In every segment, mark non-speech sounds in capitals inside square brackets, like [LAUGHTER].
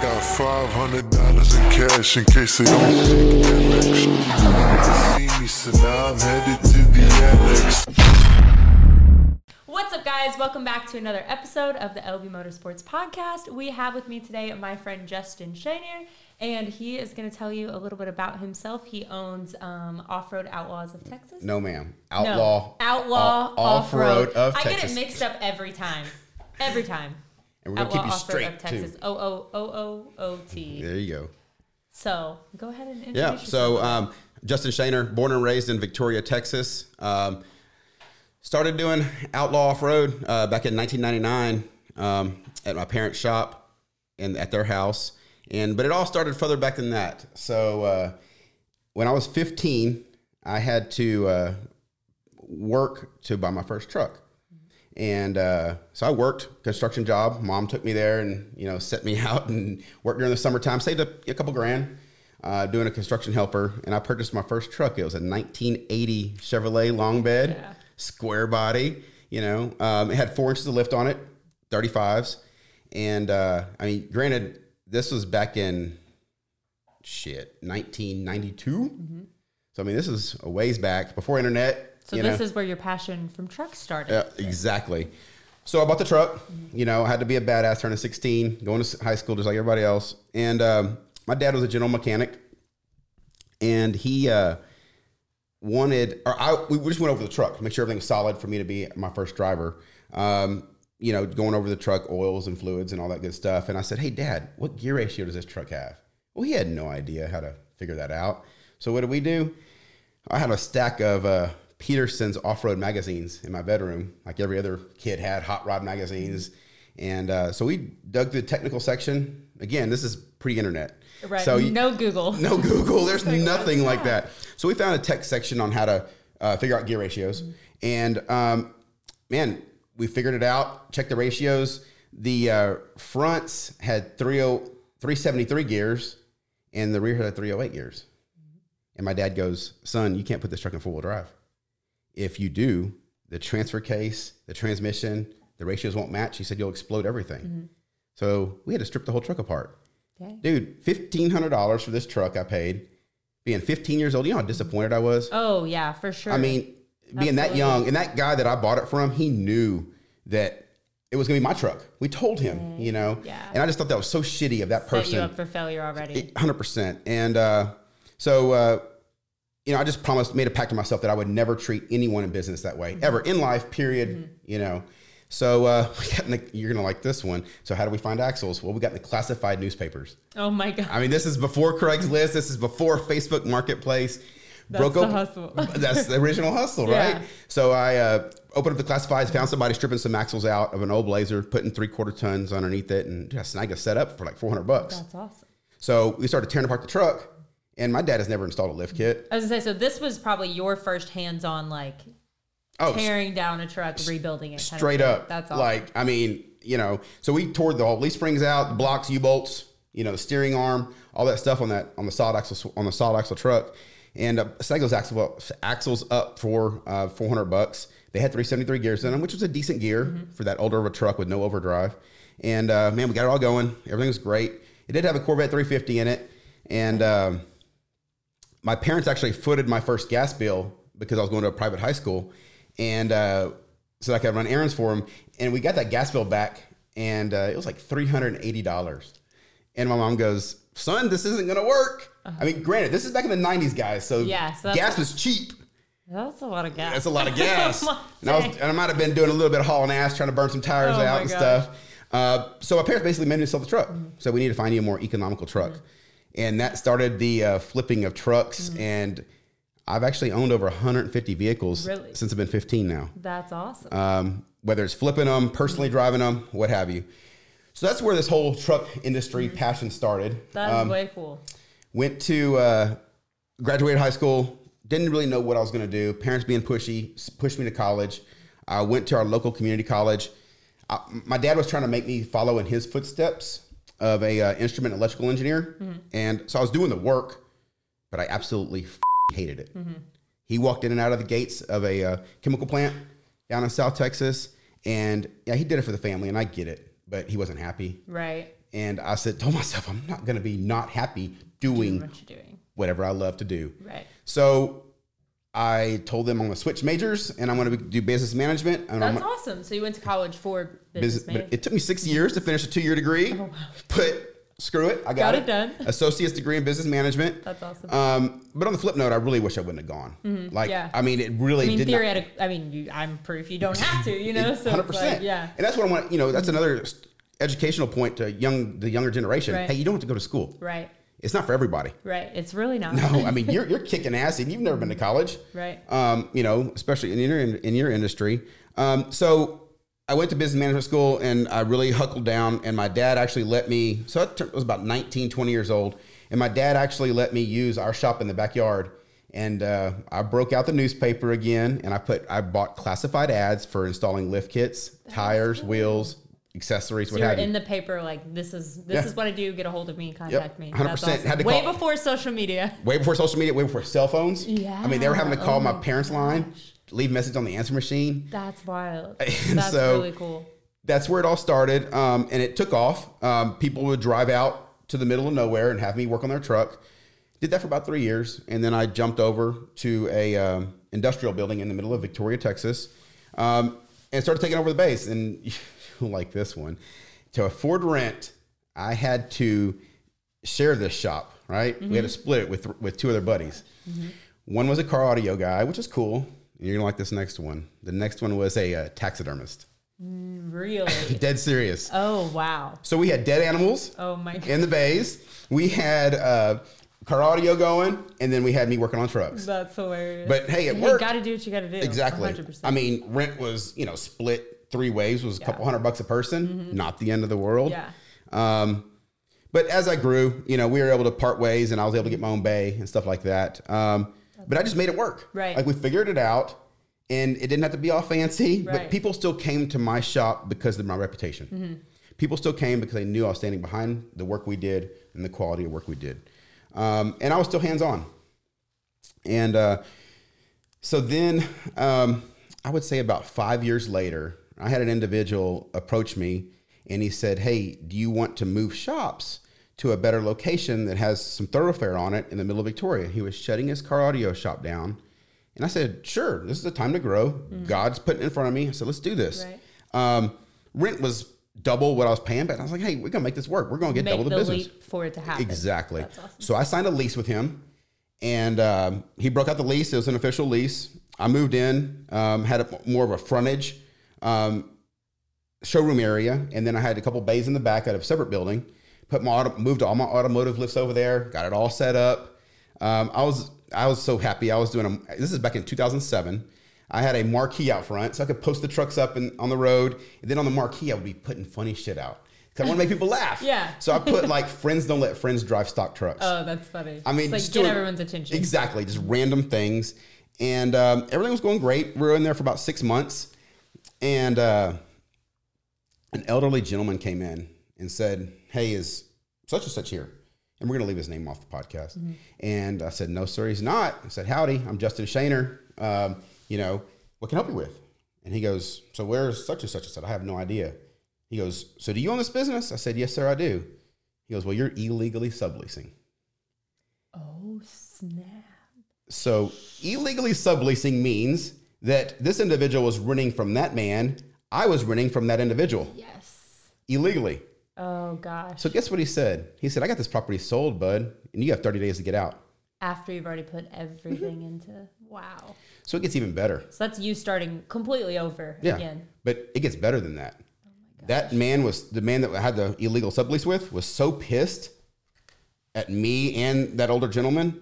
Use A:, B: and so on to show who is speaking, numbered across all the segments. A: got five hundred dollars in cash in case they don't think direction. See me, so now I'm headed to the annex.
B: What's up, guys? Welcome back to another episode of the LB Motorsports Podcast. We have with me today my friend Justin Shanier, and he is going to tell you a little bit about himself. He owns um, Off Road Outlaws of Texas.
C: No, ma'am.
B: No.
C: Outlaw.
B: Outlaw
C: Off Road of
B: I
C: Texas.
B: get it mixed up every time. Every time.
C: And we're gonna keep you straight
B: Texas.
C: too.
B: O O O O O T.
C: There you go.
B: So go ahead and introduce
C: Yeah.
B: yourself.
C: So um, Justin Shaner, born and raised in Victoria, Texas. Um, started doing outlaw off road uh, back in 1999 um, at my parents' shop and at their house. And but it all started further back than that. So uh, when I was 15, I had to uh, work to buy my first truck. And uh, so I worked construction job. Mom took me there and you know set me [LAUGHS] out and worked during the summertime. Saved up a couple grand uh, doing a construction helper, and I purchased my first truck. It was a 1980 Chevrolet long bed,
B: Yeah.
C: square body. You know, um, it had four inches of lift on it, 35s, and uh, I mean, granted, this was back in shit 1992. So I mean, this is a ways back before internet.
B: Mm-hmm. So
C: you
B: this
C: know.
B: is where your passion from trucks started.
C: Yeah, exactly. So I bought the truck. You know, I had to be a badass, turning 16, going to s- high school just like everybody else. And um, my dad was a general mechanic, and he uh, wanted, or I, we just went over the truck, make sure everything was solid for me to be my first driver. Um, you know, going over the truck, oils and fluids and all that good stuff. And I said, "Hey, Dad, what gear ratio does this truck have?" Well, he had no idea how to figure that out. So what did we do? I had a stack of uh, Peterson's off-road magazines in my bedroom, like every other kid had hot rod magazines. And uh, so we dug through the technical section. Again, this is pre-internet,
B: Right.
C: So you-
B: no Google.
C: [LAUGHS] no Google. There's nothing like that. So we found a tech section on how to uh, figure out gear ratios, and um, man, we figured it out. Checked the ratios. The uh, fronts had 30, 373 gears, and the rear had 308 gears. And my dad goes, "Son, you can't put this truck in four wheel drive. If you do, the transfer case, the transmission, the ratios won't match." He said, "You'll explode everything." So we had to strip the whole truck apart
B: Okay.
C: dude, fifteen hundred dollars for this truck I paid. Being fifteen years old, you know how disappointed I was.
B: Oh yeah, for sure.
C: I mean, being that
B: Absolutely.
C: young, and that guy that I bought it from, he knew that it was gonna be my truck. We told him, you know.
B: Mm-hmm. Yeah.
C: And I just thought that was so shitty of that
B: set you
C: person
B: up for failure already.
C: hundred percent. And uh, so, uh, you know, I just promised, made a pact to myself that I would never treat anyone in business that way ever in life. Period.
B: Mm-hmm.
C: You know. So uh, [LAUGHS] we got in the, you're gonna like this one. So how do we find axles? Well, we got in the classified newspapers.
B: oh my god.
C: I mean, this is before Craigslist. This is before Facebook Marketplace.
B: That's the hustle.
C: [LAUGHS] that's the original hustle,
B: Yeah.
C: right? So I uh, opened up the classifieds, found somebody stripping some axles out of an old Blazer, putting three quarter tons underneath it, and just snagged a setup for like four hundred bucks.
B: That's awesome.
C: So we started tearing apart the truck, and my dad has never installed a lift kit.
B: I was gonna say, so this was probably your first hands-on, like
C: Oh,
B: tearing down a truck, rebuilding it. kind of
C: straight
B: thing.
C: up.
B: That's awesome.
C: like I mean, you know. So we tore the whole leaf springs out, the blocks, U bolts, you know, the steering arm, all that stuff on that on the solid axle on the solid axle truck, and uh, snagged those axle up, axles up for uh, four hundred bucks. They had three seventy three gears in them, which was a decent gear
B: Mm-hmm.
C: for that older of a truck with no overdrive. And uh, man, we got it all going. Everything was great. It did have a Corvette three fifty in it, and. Um, my parents actually footed my first gas bill because I was going to a private high school, and uh, so I could run errands for them. And we got that gas bill back, and uh, it was like three hundred and eighty dollars. And my mom goes, "Son, this isn't going to work." I mean, granted, this is back in the '90s, guys. So
B: Yeah, so that's-
C: gas was cheap.
B: that's a lot of gas.
C: That's a
B: [LAUGHS]
C: lot of gas.
B: Dang.
C: and, I was, and I might have been doing a little bit of hauling ass, trying to burn some tires
B: Oh my
C: out and
B: gosh.
C: stuff. Uh, so my parents basically made me sell the truck. So we need to find you a more economical truck. And that started the uh, flipping of trucks.
B: Mm.
C: And I've actually owned over 150 vehicles
B: Really?
C: since I've been 15 now
B: That's awesome.
C: um, whether it's flipping them, personally driving them, what have you. So that's where this whole truck
B: Mm.
C: industry passion started.
B: That's way cool.
C: Went to uh, graduated high school. Didn't really know what I was going to do. Parents being pushy s- pushed me to college. I went to our local community college. I, my dad was trying to make me follow in his footsteps of a uh, instrument electrical engineer, and so I was doing the work, but I absolutely f- hated it. He walked in and out of the gates of a uh, chemical plant down in South Texas, and yeah, he did it for the family, and I get it, but he wasn't happy
B: Right.
C: And I said, told myself, I'm not going to be not happy doing
B: what you're doing.
C: whatever I love to do.
B: Right.
C: So I told them I'm going to switch majors and I'm going to do business management. And I'm
B: That's awesome. So you went to college for business
C: business, but
B: management.
C: it took me six years to finish a two year degree. But screw it, I
B: Oh, Got
C: got,
B: it done.
C: Associate's degree in business management.
B: That's awesome. Mm-hmm.
C: Um, but on the flip note, I really wish I wouldn't have gone. Like,
B: yeah.
C: I mean, it really
B: I mean,
C: did not-
B: theoretic. I mean, you, I'm proof you don't have to,
C: [LAUGHS]
B: you know? So
C: hundred
B: it's like,
C: percent.
B: yeah.
C: and that's what I want. You know, that's another s- educational point to young the younger generation.
B: Right.
C: Hey, you don't have to go to school.
B: Right.
C: It's not for everybody.
B: Right. It's really not.
C: No, I
B: [LAUGHS]
C: mean you're you're kicking ass and you've never been to college,
B: Right.
C: Um, you know, especially in your in your industry. Um, so I went to business management school and I really [LAUGHS] huckled down. And my dad actually let me. So I tur- was about 19, 20 years old, and my dad actually let me use our shop in the backyard. And uh, I broke out the newspaper again, and I put I bought classified ads for installing lift kits, tires, wheels, accessories, what
B: You're
C: have you.
B: in the paper like this is this
C: Yeah.
B: is what I do. Get a hold of me. Contact me.
C: 100%. Had to
B: Way
C: call-
B: before social
C: [LAUGHS]
B: media.
C: way before social media, way before cell phones.
B: Yeah.
C: I mean, they were having to call
B: Oh
C: my
B: my
C: parents' line, leave message on the answer machine.
B: That's wild.
C: And
B: That's
C: so-
B: really cool.
C: That's where it all started, um, and it took off. Um, people would drive out to the middle of nowhere and have me work on their truck. Did that for about three years, and then I jumped over to a um, industrial building in the middle of Victoria, Texas, um, and started taking over the base. And [LAUGHS] you'll like this one, to afford rent, I had to share this shop. Right, we had to split it with with two other buddies. One was a car audio guy, which is cool. You're gonna like this next one. The next one was a uh, taxidermist.
B: Really.
C: Dead serious.
B: oh wow.
C: So we had dead animals
B: Oh my god.
C: in the bays. We had uh, car audio going, and then we had me working on
B: [LAUGHS]
C: trucks.
B: That's hilarious.
C: But hey, it
B: you
C: worked.
B: got to do what you got to do.
C: Exactly.
B: 100%.
C: I mean, rent was you know split three ways was a couple
B: Yeah. Mm-hmm.
C: hundred bucks a person. Not the end of the world.
B: yeah.
C: Um, but as I grew, you know, we were able to part ways, and I was able to get my own bay and stuff like that. Um, but I just made it work.
B: Right.
C: Like we figured it out, and it didn't have to be all fancy.
B: Right. Mm-hmm.
C: But people still came to my shop because of my reputation. People still came because they knew I was standing behind the work we did and the quality of work we did, um, and I was still hands on. And uh, so then, um, I would say about five years later, I had an individual approach me and he said, Hey, do you want to move shops to a better location that has some thoroughfare on it in the middle of Victoria? He was shutting his car audio shop down. And I said, Sure, this is the time to grow. God's putting it in front of me. I said, Let's do this.
B: Mm-hmm. Right.
C: Um, rent was double what I was paying, but I was like, Hey, we're going to make this work. We're going to get
B: Make
C: double
B: the,
C: the, business.
B: leap for it to happen.
C: Exactly.
B: That's awesome.
C: So I signed a lease with him, and um, he broke out the lease. It was an official lease. I moved in, um, had a, more of a frontage um, showroom area, and then I had a couple bays in the back out of a separate building. Put my auto, moved all my automotive lifts over there. Got it all set up. Um, I was I was so happy. I was doing a, this is back in 2007. I had a marquee out front, so I could post the trucks up and on the road. And then on the marquee, I would be putting funny shit out because I want to make people laugh.
B: [LAUGHS] Yeah.
C: So I put like friends don't let friends drive stock trucks.
B: Oh, that's funny.
C: I mean,
B: it's like
C: just
B: get
C: doing-
B: everyone's attention.
C: Exactly, just random things, and um, everything was going great. We were in there for about six months, and uh, an elderly gentleman came in and said, "Hey, is such and such here?" And we're going to leave his name off the podcast.
B: Mm-hmm.
C: And I said, "No, sir, he's not." I said, "Howdy, I'm Justin Shaner. Um, you know, what can I help you with?" And he goes, "So where's such and such?" I said, "I have no idea." He goes, "So do you own this business?" I said, "Yes, sir, I do." He goes, "Well, you're illegally subleasing."
B: Oh snap!
C: So illegally subleasing means that this individual was renting from that man. I was renting from that individual
B: Yes.
C: illegally.
B: Oh gosh.
C: So guess what he said? He said, "I got this property sold, bud, and you have 30 days to get out."
B: After you've already put everything
C: Mm-hmm.
B: into wow.
C: So it gets even better.
B: So that's you starting completely over
C: Yeah.
B: again.
C: But it gets better than that. that man was the man that I had the illegal sublease with was so pissed at me and that older gentleman.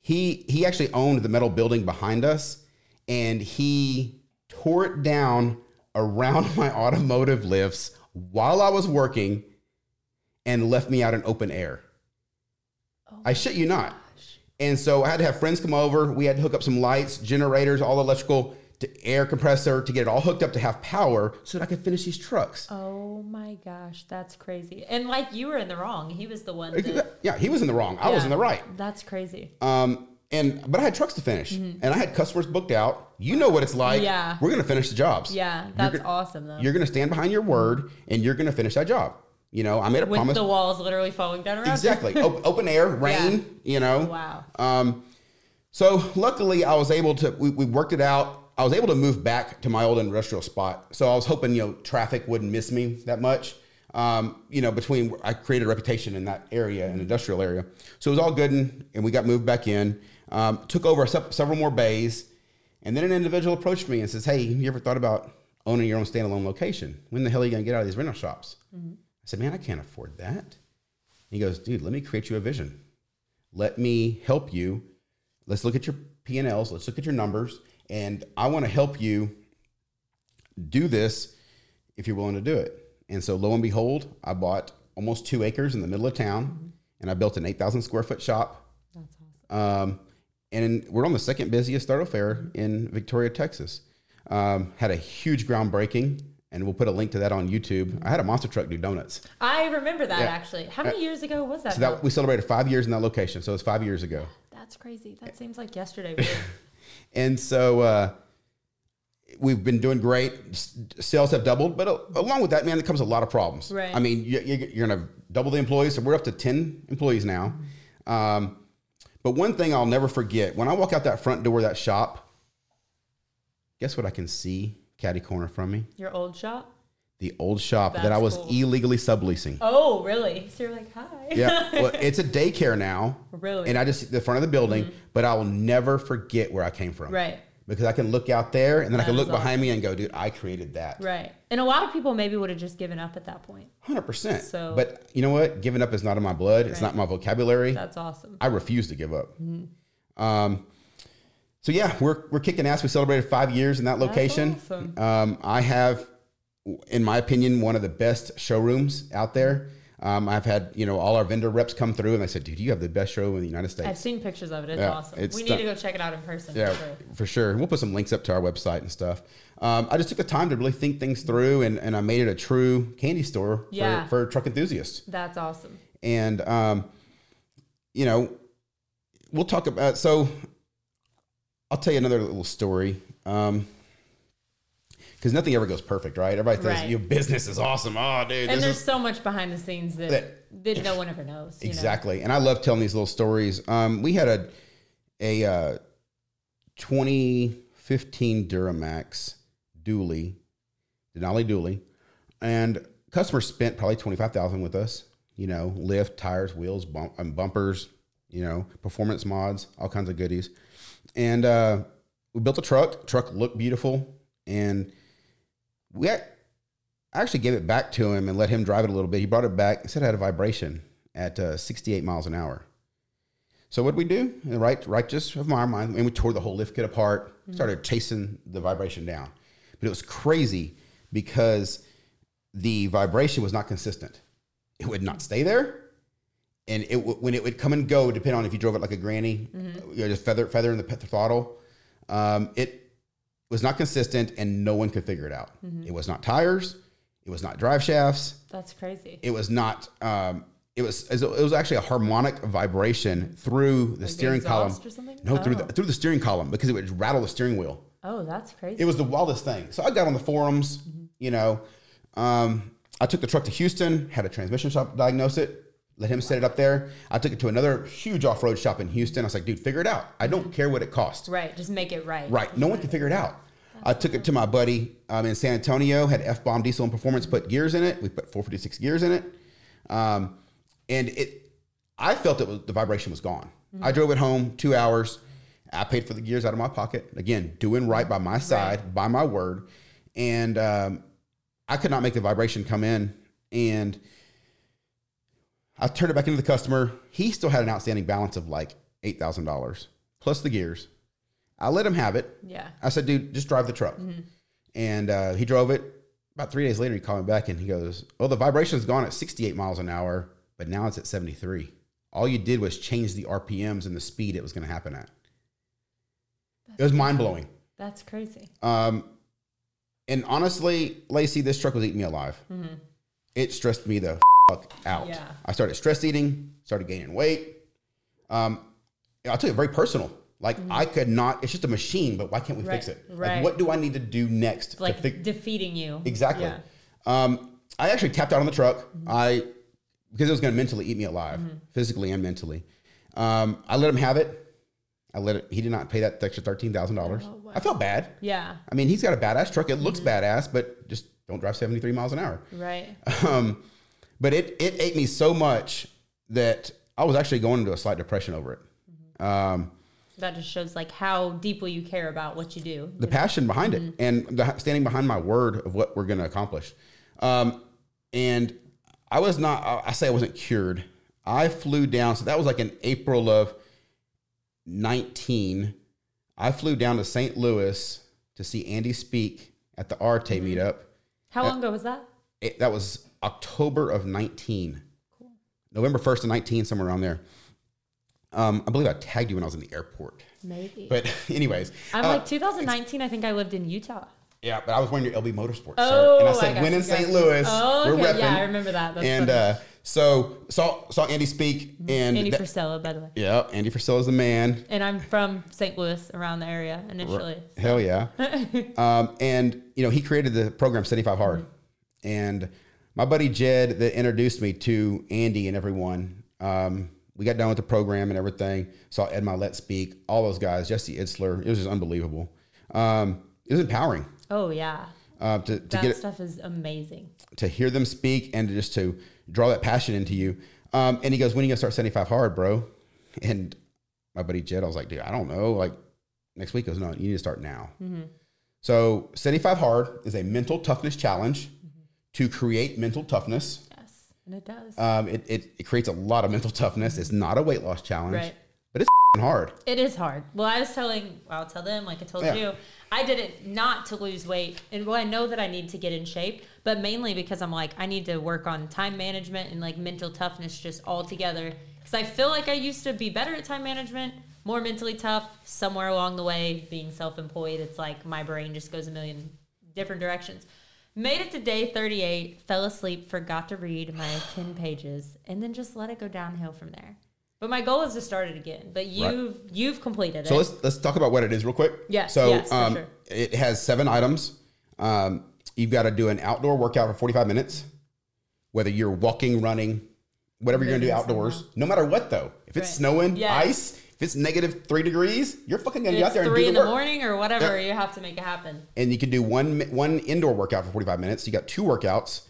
C: He he actually owned the metal building behind us and he tore it down around [LAUGHS] my automotive lifts while I was working and left me out in open air. I shit you not. And so I had to have friends come over. We had to hook up some lights, generators, all electrical, to air compressor to get it all hooked up to have power so that I could finish these trucks.
B: Oh my gosh, that's crazy. And like you were in the wrong. He was the one. That,
C: Yeah, he was in the wrong. I was
B: Yeah.
C: in the right.
B: That's crazy.
C: Um, and but I had trucks to finish, and I had customers booked out. You know what it's like.
B: Mm-hmm. Yeah.
C: we're gonna finish the jobs.
B: Yeah,
C: You're
B: that's
C: gonna-
B: awesome though.
C: You're gonna stand behind your word, and you're gonna finish that job. You know, I made a
B: with
C: promise.
B: the walls literally falling down around. you.
C: exactly. Op-
B: [LAUGHS]
C: open air, rain, you know.
B: Wow.
C: Um, so luckily, I was able to. We, we worked it out. I was able to move back to my old industrial spot. So I was hoping you know traffic wouldn't miss me that much. Um, you know, between I created a reputation in that area, an industrial area. So it was all good, and, and we got moved back in. Um, took over se- several more bays, and then an individual approached me and says, "Hey, you ever thought about owning your own standalone location? When the hell are you going to get out of these rental shops?" I said, "Man, I can't afford that." And he goes, "Dude, let me create you a vision. Let me help you. Let's look at your P&Ls, let's look at your numbers, and I want to help you do this if you're willing to do it." And so lo and behold, I bought almost 2 acres in the middle of town and I built an 8,000 square foot shop.
B: That's awesome.
C: Um, and we're on the second busiest thoroughfare in Victoria, Texas. Um, had a huge groundbreaking, and we'll put a link to that on YouTube. I had a monster truck do donuts.
B: I remember that
C: Yeah. Uh,
B: actually. How many years ago was that?
C: So that
B: now?
C: we celebrated five years in that location. So it was five years ago.
B: That's crazy. That seems like yesterday. really.
C: [LAUGHS] And so uh, we've been doing great. S- Sales have doubled, but a- along with that, man, there comes a lot of problems.
B: Right.
C: I mean, you, you- you're going to double the employees. So we're up to 10 employees now. Um, but one thing I'll never forget when I walk out that front door of that shop, guess what I can see catty corner from me?
B: Your old shop?
C: The old shop that
B: That's
C: I was
B: cool.
C: illegally subleasing.
B: Oh, really? So you're like, hi.
C: [LAUGHS] yeah. Well, it's a daycare now.
B: Really? Mm-hmm.
C: And I just the front of the building, but I will never forget where I came
B: [LAUGHS]
C: from.
B: Right.
C: Because I can look out there and then I can
B: That
C: look
B: is
C: behind me and go, dude, I created that.
B: Right. And a lot of people maybe would have just given up at that point.
C: 100%.
B: So-
C: but you know what? Giving up is not in my blood. It's
B: Right.
C: not my vocabulary.
B: That's Mm-hmm. awesome.
C: I refuse to give up. Um, so yeah, we're, we're kicking ass. We celebrated five years in that location.
B: awesome.
C: Um, I have, in my opinion, one of the best showrooms out there. Um, I've had you know all our vendor reps come through and they said, dude, you have the best showroom in the United States.
B: I've seen pictures of it. It's
C: Yeah,
B: awesome.
C: it's
B: we need
C: the-
B: to go check it out in person
C: Yeah,
B: for sure.
C: for sure. And We'll put some links up to our website and stuff. Um, I just took the time to really think things through, and, and I made it a true candy store
B: Yeah.
C: for, for truck enthusiasts.
B: That's awesome.
C: And, um, you know, we'll talk about. So I'll tell you another little story. Um, because nothing ever goes perfect, right? Everybody says
B: Right.
C: your business is awesome. Oh,
B: And
C: dude, this
B: there's
C: is
B: so much behind the scenes that,
C: That-
B: that, no one ever knows. you know?
C: exactly. And I love telling these little stories. Um, we had a a uh, 2015 Duramax Dooley, Denali Dooley, and customers spent probably 25,000 with us. You know, lift, tires, wheels, bump, and bumpers. You know, performance mods, all kinds of goodies. And uh, we built a truck. Truck looked beautiful, and we ac- I actually gave it back to him and let him drive it a little bit. He brought it back. He said it had a vibration at uh, 68 miles an hour. So what did we do? In the right, righteous of my mind, and we tore the whole lift kit apart. Started chasing the vibration down, but it was crazy because the vibration was not consistent. It would not stay there, and it w- when it would come and go, depend on if you drove it like a granny, you know, just feather feather in the pe- throttle. Um, it was not consistent, and no one could figure it out. It was not tires. It was not drive shafts
B: That's crazy.
C: it was not um it was it was actually a harmonic vibration through the steering column
B: exhaust or something?
C: no through
B: Oh.
C: the through the steering column because it would rattle the steering wheel
B: oh, that's crazy.
C: it was the wildest thing so i got on the forums you know um i took the truck to houston had a transmission shop diagnose it let him set it up there i took it to another huge off-road shop in houston i was like dude figure it out i don't care what it costs
B: right. Just make it right.
C: Right. No one can figure it out. I took it to my buddy um, in San Antonio, had F bomb diesel and performance, put gears in it. We put 456 gears in it. Um, and it, I felt it was, the vibration was gone. I drove it home two hours. I paid for the gears out of my pocket. Again, doing right by my side, by my word. And um, I could not make the vibration come in. And I turned it back into the customer. He still had an outstanding balance of like $8,000 plus the gears. I let him have it.
B: Yeah.
C: I said, dude, just drive the truck. And uh, he drove it. About three days later, he called me back and he goes, well, the vibration's gone at 68 miles an hour, but now it's at 73. All you did was change the RPMs and the speed it was going to happen at. It was mind blowing.
B: That's crazy.
C: Um, and honestly, Lacey, this truck was eating me alive. It stressed me the fuck out.
B: Mm-hmm. Yeah.
C: I started stress eating, started gaining weight. Um, I'll tell you, very personal. Like I could not. It's just a machine, but why can't we fix
B: Mm-hmm. Right,
C: it? Like,
B: right.
C: what do I need to do next?
B: Like
C: to fix
B: defeating you.
C: exactly.
B: Yeah.
C: Um, I actually tapped out on the truck.
B: Mm-hmm.
C: I because it was going to mentally eat me alive, physically and mentally. Um, I let him have it. I let it. He did not pay that extra thirteen thousand dollars.
B: Oh, wow.
C: I felt bad.
B: Yeah.
C: I mean, he's got a badass truck. It looks badass, but just don't drive seventy three miles an hour. [LAUGHS]
B: Right.
C: Um, but it it ate me so much that I was actually going into a slight depression over it. Um,
B: That just shows like how deeply you care about what you do.
C: the passion behind it and the, standing behind my word of what we're going to accomplish. Um, and I was not, I- I say I wasn't cured. I flew down. So that was like in April of 19. I flew down to St. Louis to see Andy speak at the Arte meetup.
B: How long ago was that?
C: It, that was October of 19. November 1st of 19, somewhere around there. Um, I believe I tagged you when I was in the airport.
B: Maybe.
C: But [LAUGHS] anyways,
B: I'm
C: uh,
B: like 2019. I think I lived in Utah.
C: Yeah, but I was wearing your LB Motorsports
B: Oh,
C: shirt, and I
B: I
C: said,
B: got
C: "Win
B: you,
C: in
B: got
C: St.
B: you."
C: Louis,
B: Oh,
C: we're
B: okay.
C: repping."
B: Yeah, I remember that. That's
C: and
B: funny.
C: uh, so saw saw Andy speak, and
B: Andy
C: that-
B: Frisella, by the way.
C: yeah, Andy Frisella's the man.
B: And I'm from St. Louis, around the area initially.
C: Hell yeah! um, and you know he created the program Seventy Five Hard, and my buddy Jed that introduced me to Andy and everyone. Um, we got done with the program and everything. Saw Ed Milet speak, all those guys, Jesse Itzler. It was just unbelievable. Um, it was empowering
B: Oh yeah,
C: uh, to, to
B: that
C: get
B: stuff is amazing.
C: to hear them speak and just to draw that passion into you. Um, and he goes, when are you gonna start 75 hard, bro? [LAUGHS] And my buddy Jed, I was like, dude, I don't know. Like next week, he goes, no, you need to start now. So 75 hard is a mental toughness challenge to create mental toughness.
B: Yes, and it does.
C: Um, it, it, it creates a lot of mental toughness. It's not a weight loss challenge,
B: Right.
C: but it's hard.
B: It is hard. Well, I was telling, well, I'll tell them, like I told
C: Yeah.
B: you, I did it not to lose weight. And well, I know that I need to get in shape, but mainly because I'm like, I need to work on time management and like mental toughness just all together. Because I feel like I used to be better at time management, more mentally tough. Somewhere along the way, being self employed, it's like my brain just goes a million different directions. Made it to day 38, fell asleep, forgot to read my [SIGHS] 10 pages, and then just let it go downhill from there. But my goal is to start it again. But you've you've completed
C: So
B: it.
C: let's let's talk about what it is real quick.
B: Yes,
C: So
B: yes, for
C: um,
B: sure.
C: it has seven items. Um, you've got to do an outdoor workout for forty five minutes, whether you're walking, running, whatever you're gonna do
B: Moving
C: outdoors.
B: somehow.
C: No matter what though, if it's
B: Right.
C: snowing,
B: Yeah.
C: ice, if it's negative three degrees, you're fucking gonna
B: If
C: get
B: it's
C: out there and do
B: three
C: the
B: in the
C: work.
B: morning or whatever. You have to make it happen.
C: And you can do one mi- one indoor workout for forty five minutes. You got two workouts.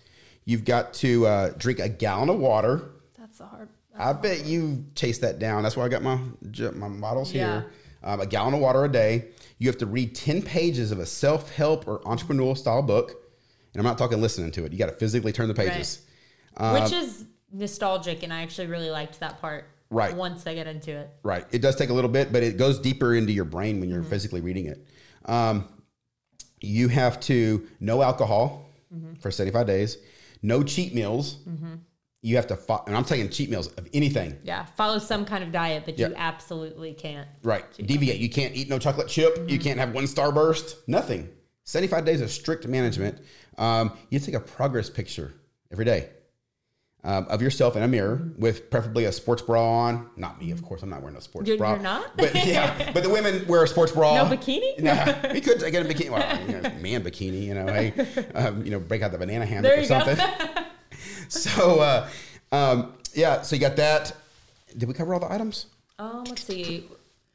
C: You've got to uh, drink a gallon of water.
B: That's the hard.
C: I bet you chase that down. That's why I got my j- my models
B: Yeah.
C: here. Um, a gallon of water a day. You have to read ten pages of a self help or entrepreneurial style book, and I'm not talking listening to it. You got to physically turn the pages. Uh,
B: Which is nostalgic, and I actually really liked that part.
C: Right.
B: Once I get into it.
C: Right. It does take a little bit, but it goes deeper into your brain when you're physically reading it. Um, you have to no alcohol for 75 days, no cheat meals. You have to, fo- and I'm taking cheat meals of anything.
B: Yeah. Follow some kind of diet, but you
C: Yeah.
B: absolutely can't.
C: Right. Deviate. You can't eat no chocolate chip.
B: Mm-hmm.
C: You can't have one starburst. Nothing. 75 days of strict management. Um, you take a progress picture every day um, of yourself in a mirror with preferably a sports bra on. Not me, of course. I'm not wearing a sports
B: You're-
C: bra.
B: you're not?
C: But
B: [LAUGHS]
C: yeah, but the women wear a sports bra.
B: No bikini?
C: Nah, we could get a bikini. Well, you know, man bikini, you know, hey, um, you know, break out the banana hammock
B: There
C: or
B: you go.
C: something.
B: [LAUGHS]
C: so, uh, um, yeah, so you got that. Did we cover all the items?
B: Um. Let's see.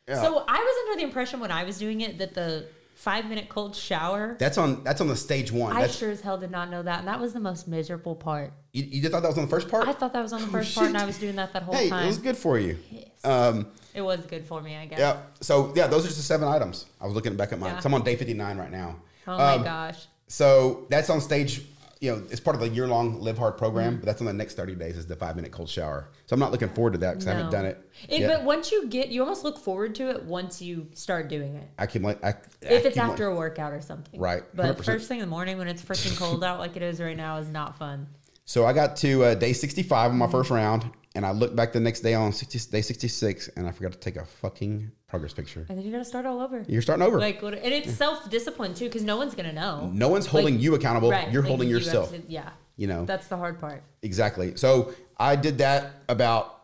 B: So I was under the impression when I was doing it that the five minute cold shower.
C: That's on that's on the stage one.
B: I
C: That's
B: sure as hell did not know that, and that was the most miserable part.
C: You, you thought that was on the first part?
B: I thought that was on the first
C: [LAUGHS]
B: part, and
C: Oh, shit.
B: I was doing that that whole
C: hey,
B: time.
C: it was good for you. Um,
B: It was good for me, I guess.
C: yeah. So yeah, those are just the seven items. I was looking back at mine.
B: Yeah.
C: 'cause I'm on day 59 right now.
B: Oh my
C: Um,
B: gosh.
C: So that's on stage. You know, it's part of the year long Live Hard
B: Mm-hmm.
C: program, but that's on the next 30 days is the five minute cold shower. So I'm not looking forward to that because I haven't
B: No.
C: done it.
B: It-
C: yet.
B: But once you get, you almost look forward to it once you start doing it.
C: I can like I,
B: If it's after a workout or something.
C: Right,
B: But
C: 100%.
B: first thing in the morning when it's freaking cold out like it is right now is not fun.
C: So I got to uh, day 65
B: Mm-hmm.
C: on my first round, and I looked back the next day on 60, day 66, and I forgot to take a fucking progress picture.
B: And then you got to start all over.
C: You're starting over.
B: Like, what- and it's self discipline too, because no one's going to know.
C: no one's holding you accountable.
B: Right.
C: You're
B: like,
C: holding
B: you have
C: yourself.
B: to- yeah.
C: you know
B: That's the hard part.
C: exactly so i did that about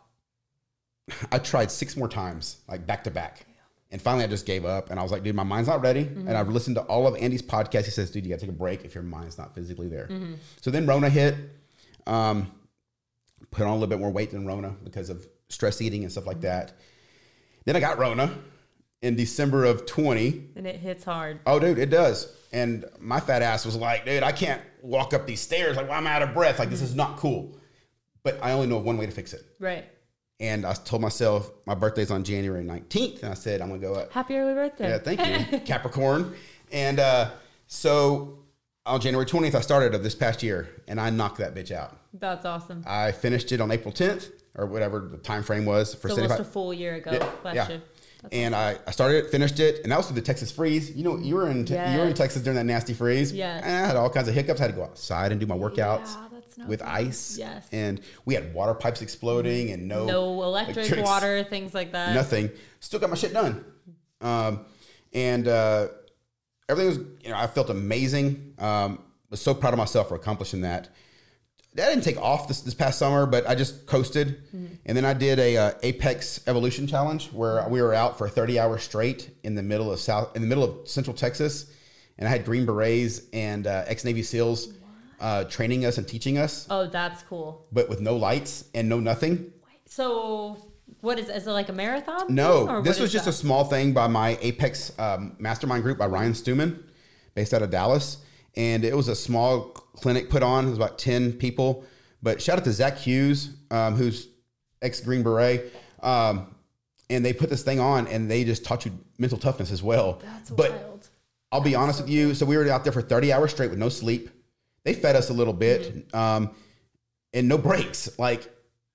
C: i tried six more times like back to back And finally, I just gave up, and I was like, "Dude, my mind's not ready."
B: Mm-hmm.
C: And I've listened to all of Andy's podcasts. He says, "Dude, you got to take a break if your mind's not physically there."
B: Mm-hmm.
C: So then Rona hit. Um, put on a little bit more weight than Rona because of stress eating and stuff like
B: Mm-hmm.
C: that. Then I got Rona in December of 20.
B: And it hits hard.
C: Oh, dude, it does. And my fat ass was like, dude, I can't walk up these stairs. Like, well, I'm out of breath. Like, this is not cool. But I only know of one way to fix it.
B: Right.
C: And I told myself my birthday's on January 19th. And I said, I'm going to go up.
B: Happy early birthday.
C: Yeah, thank you, Capricorn. And uh, so on January 20th, I started of this past year and I knocked that bitch out.
B: That's awesome.
C: I finished it on April 10th or whatever the time frame was for
B: so
C: City
B: almost a
C: Fi-
B: full year ago. Bless
C: yeah.
B: you.
C: and I, I started it, finished it, and that was through the Texas freeze. You know, you were in Te- you were in
B: Yes.
C: Texas during that nasty freeze.
B: Yes.
C: And I had all kinds of hiccups. I had to go outside and do my workouts
B: Yeah, that's no
C: with
B: fun.
C: ice.
B: Yes.
C: And we had water pipes exploding and no
B: No electric,
C: electrics,
B: water, things like that.
C: nothing. Still got my shit done. Um, and uh, everything was, you know, I felt amazing. Um, was so proud of myself for accomplishing that. That didn't take off this, this past summer, but I just coasted. And then I did a uh, Apex Evolution Challenge where we were out for 30 hours straight in the middle of South, in the middle of Central Texas. And I had Green Berets and uh, ex Navy SEALs uh, training us and teaching us,
B: Oh, that's cool.
C: but with no lights and no nothing.
B: So, what is is it like a marathon? thing,
C: No,
B: or
C: this
B: what
C: was
B: is
C: just
B: that?
C: a small thing by my Apex um, Mastermind group by Ryan Stuman, based out of Dallas, and it was a small clinic put on. It was about ten people. But shout out to Zach Hughes, um, who's ex Green Beret, um, and they put this thing on, and they just taught you mental toughness as well.
B: That's
C: but
B: wild.
C: I'll be honest with you. So we were out there for 30 hours straight with no sleep. They fed us a little bit um, and no breaks. Like,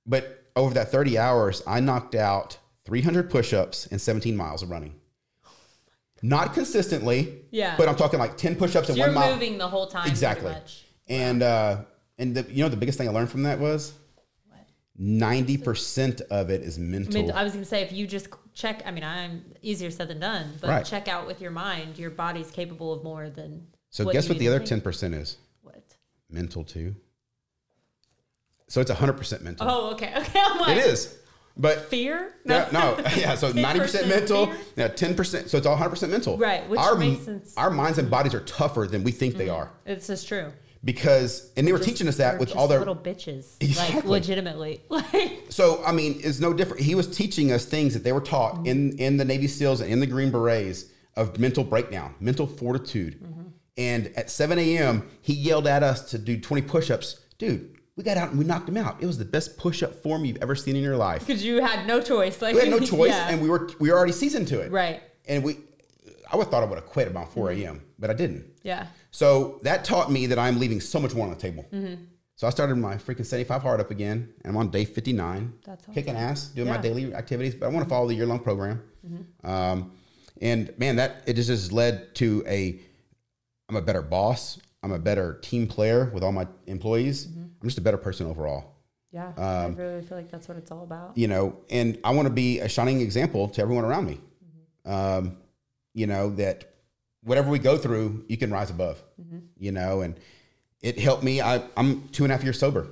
C: but over that 30 hours, I knocked out 300 push ups and 17 miles of running. Not consistently.
B: Yeah.
C: But I'm talking like 10 push ups and
B: You're
C: one mile.
B: moving the whole time. pretty
C: Exactly.
B: much.
C: And, uh, and the, you know, what the biggest thing I learned from that was 90% of it is mental.
B: I mean, I was gonna say if you just check. I mean, I'm easier said than done, but
C: Right.
B: check out with your mind. Your body's capable of more than.
C: so guess
B: you
C: what the
B: even
C: other
B: think.
C: 10% is?
B: What?
C: Mental too. So it's 100% mental.
B: Oh, okay, [LAUGHS] okay. I'm like,
C: It is. But
B: fear.
C: Yeah, no, [LAUGHS] yeah.
B: [LAUGHS]
C: So ninety percent
B: 10%
C: mental,
B: fear.
C: yeah, ten percent. So it's all hundred percent mental,
B: Right, which
C: our,
B: makes sense.
C: Our minds and bodies are tougher than we think they are
B: It's just true.
C: because, and they were teaching us that
B: We're
C: with
B: just
C: all their.
B: little bitches, like
C: Exactly.
B: legitimately, [LAUGHS] like
C: so I mean, it's no different. He was teaching us things that they were taught in in the Navy SEALs and in the Green Berets of mental breakdown, mental fortitude.
B: Mm-hmm.
C: And at seven a.m., he yelled at us to do twenty push-ups, dude. We got out and we knocked him out. It was the best push-up form you've ever seen in your life.
B: because you had no choice. Like
C: We had no
B: [LAUGHS]
C: choice,
B: yeah.
C: and we were we were already seasoned to it,
B: right.
C: and we I would thought I would have quit about 4 a.m., but I didn't.
B: Yeah.
C: So that taught me that I'm leaving so much more on the table.
B: Mm-hmm.
C: So I started my freaking 75 hard up again, and I'm on day 59,
B: That's
C: kicking ass, doing my
B: Yeah. Mm-hmm.
C: daily activities. But I want to follow the year long program. Um, and man, that it just has led to a I'm a better boss. I'm a better team player with all my employees.
B: Mm-hmm.
C: I'm just a better person overall
B: Yeah, I
C: Um,
B: really feel like that's what it's all about.
C: you know, and I want to be a shining example to everyone around me.
B: Mm-hmm.
C: Um, you know, that whatever we go through, you can rise above,
B: Mm-hmm.
C: you know, and it helped me. I, I'm two and a half years sober.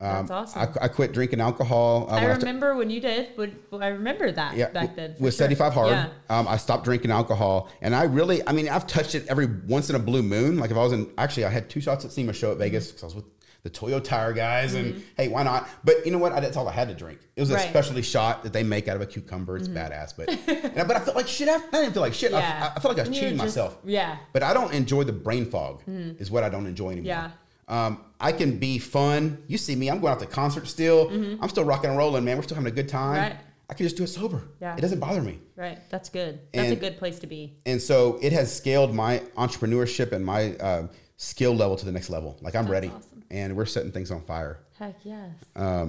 C: Um,
B: That's awesome.
C: I, I quit drinking alcohol. Uh,
B: I
C: when sta-
B: remember when you did. Would I remember that
C: yeah,
B: back
C: w-
B: then? for
C: with
B: sure.
C: 75 hard.
B: Yeah.
C: Um, I stopped drinking alcohol, and I really, I mean, I've touched it every once in a blue moon. Like if I was in, actually, I had two shots at SEMA show at Vegas because I was with the Toyo Tire guys, and hey, why not? But you know what? I, that's all I had to drink. It was a
B: Mm-hmm. Right. Mm-hmm.
C: specialty shot that they make out of a cucumber. It's badass,
B: [LAUGHS]
C: but and I- but I felt like shit. after- I didn't feel like shit. I-
B: Yeah.
C: I, I felt like I
B: And
C: was
B: you
C: cheating
B: just-
C: myself.
B: Yeah.
C: But I don't enjoy the brain fog. Is what I don't enjoy anymore.
B: Hmm. Yeah.
C: Um, I can be fun. You see me. I'm going out to concert still. I'm still rocking and rolling, man. We're still having a good time.
B: Mm-hmm. Right.
C: I can just do it sober.
B: Yeah.
C: It doesn't bother me.
B: Right. That's good. That's
C: And-
B: a good place to be.
C: And so it has scaled my entrepreneurship and my um skill level to the next level. Like I'm ready.
B: awesome.
C: And we're setting things on fire.
B: Heck yes.
C: Uh,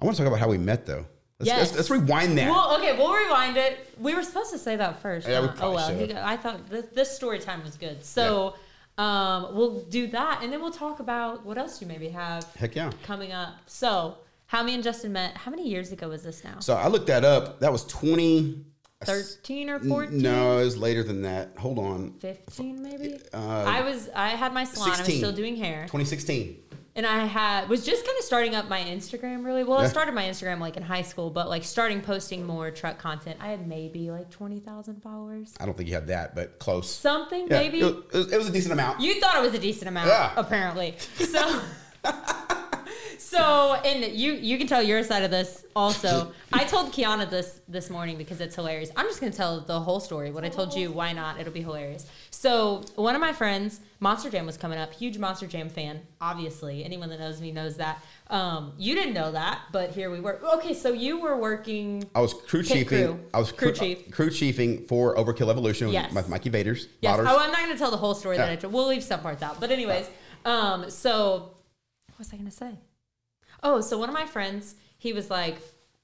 C: I want to talk about how we met though. Let's,
B: Yes.
C: let's, let's rewind that.
B: well, okay, we'll rewind it. We were supposed to say that first.
C: Yeah, we
B: huh? oh
C: probably
B: well,
C: should
B: he
C: have.
B: got- I thought this, this story time was good. So, um, we'll do that, and then we'll talk about what else you maybe have
C: Heck yeah.
B: coming up. So, how me and Justin met? How many years ago was this now?
C: So I looked that up. That was 20.
B: Thirteen or fourteen?
C: No, it was later than that. Hold on. Uh,
B: Fifteen, maybe. I was. I had my salon. I was
C: 16.
B: still doing hair.
C: 2016.
B: and I had was just kind of starting up my Instagram really. Well, I
C: Yeah.
B: started my Instagram like in high school, but like starting posting more truck content. I had maybe like twenty thousand followers,
C: I don't think you had that, but close.
B: something
C: Yeah,
B: maybe.
C: it was, it was- it was a decent amount.
B: You thought it was a decent amount,
C: Yeah.
B: apparently. So, so, and you you can tell your side of this also. I told Kiana this this morning because it's hilarious. I'm just gonna tell the whole story. What I told you, why not? It'll be hilarious. So, one of my friends, Monster Jam was coming up. Huge Monster Jam fan, obviously. Anyone that knows me knows that. Um, you didn't know that, but here we were. Okay, so you were working.
C: I was crew
B: Pit
C: chiefing.
B: crew.
C: I was
B: Crew
C: crew,
B: chief.
C: crew chiefing for Overkill Evolution
B: Yes.
C: with Mikey Vaders.
B: Yes.
C: Vaders.
B: Oh, I'm not going to tell the whole story that
C: Yeah.
B: I told. We'll leave some parts out. But anyways, um, so what was I going to say? Oh, so one of my friends, he was like,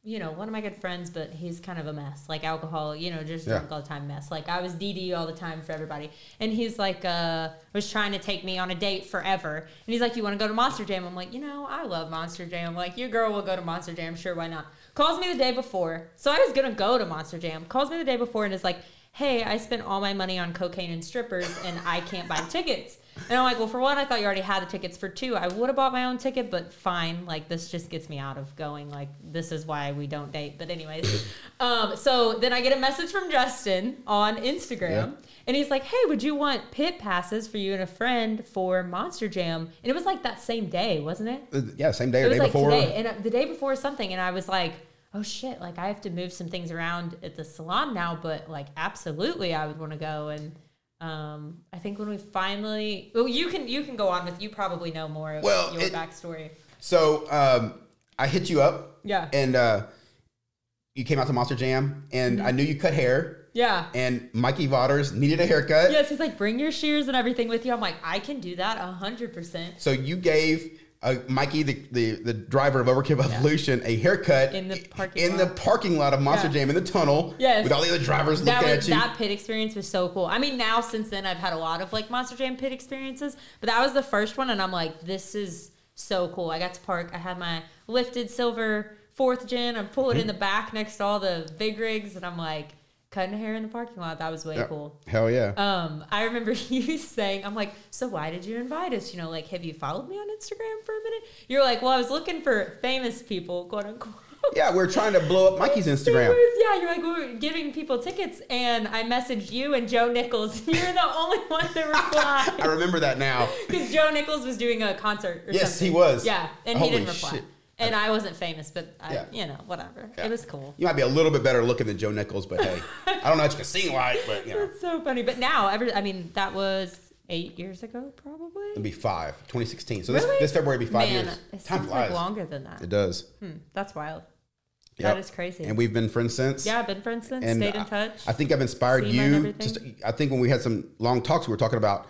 B: you know, one of my good friends, but he's kind of a mess, like alcohol, you know, just
C: Yeah.
B: drunk all the time, mess. Like I was DD all the time for everybody, and he's like, uh, was trying to take me on a date forever, and he's like, you want to go to Monster Jam? I'm like, you know, I love Monster Jam. Like your girl will go to Monster Jam, sure, why not? Calls me the day before, so I was gonna go to Monster Jam. Calls me the day before and is like, hey, I spent all my money on cocaine and strippers, and I can't buy tickets. And I'm like, well, for one, I thought you already had the tickets. For two, I would have bought my own ticket, but fine. Like, this just gets me out of going. Like, this is why we don't date. But, anyways, um, so then I get a message from Justin on Instagram,
C: Yeah.
B: and he's like, hey, would you want pit passes for you and a friend for Monster Jam? And it was like that same day, wasn't it?
C: Uh, yeah, same day
B: it
C: or
B: was
C: day
B: like
C: before.
B: today and uh, the day before something and i was like oh shit like i have to move some things around at the salon now but like absolutely i would want to go and um i think when we finally well you can you can go on with you probably know more of
C: Well,
B: your
C: it-
B: backstory
C: So um, I hit you up.
B: Yeah.
C: And uh, you came out to Monster Jam, and
B: Mm-hmm.
C: I knew you cut hair,
B: yeah
C: and Mikey Vaders needed a haircut.
B: yes he's like bring your shears and everything with you i'm like i can do that a hundred percent
C: So you gave uh, Mikey, the, the, the driver of Overkill Evolution, a haircut
B: In the parking
C: in the
B: lot.
C: parking lot of Monster
B: Yeah.
C: Jam in the tunnel.
B: Yes.
C: With all the other drivers
B: that
C: looking
B: was,
C: at you.
B: that pit experience was so cool. I mean, now since then I've had a lot of like Monster Jam pit experiences, but that was the first one, and I'm like, this is so cool. I got to park. I had my lifted silver fourth gen. I'm pulling
C: Mm-hmm.
B: in the back next to all the big rigs, and I'm like cutting hair in the parking lot. That was way
C: Yeah.
B: cool.
C: Hell yeah.
B: Um, I remember [LAUGHS] you saying, "I'm like, so why did you invite us? You know, like, have you followed me on Instagram for a minute?" You're like, "Well, I was looking for famous people, quote unquote."
C: yeah, we're trying to blow up Mikey's Instagram.
B: It was- yeah, you're like, we were giving people tickets, and I messaged you and Joe Nichols. [LAUGHS] You're the only one that
C: I [LAUGHS]
B: replied.
C: remember that now.
B: Because Joe Nichols was doing a concert or
C: Yes,
B: something.
C: he was.
B: Yeah, and he
C: Holy
B: didn't reply.
C: shit.
B: And I wasn't famous, but I,
C: Yeah.
B: you know, whatever.
C: Yeah.
B: It was cool.
C: You might be a little bit better looking than Joe Nichols, but hey, I don't know what you can sing like, but you know,
B: That's so funny. But now, every, I mean, that was eight years ago,
C: it'll
B: probably.
C: be five, 2016. So
B: Really?
C: this, this February will be five
B: Man,
C: years.
B: It
C: Time
B: seems like
C: flies.
B: longer than that.
C: It does.
B: Hmm, that's wild.
C: Yep.
B: That is crazy.
C: And we've been friends since.
B: yeah, been friends since,
C: And
B: stayed in
C: I-
B: touch.
C: I, think I've inspired
B: Seen and
C: you. Just, I think when we had some long talks, we were talking about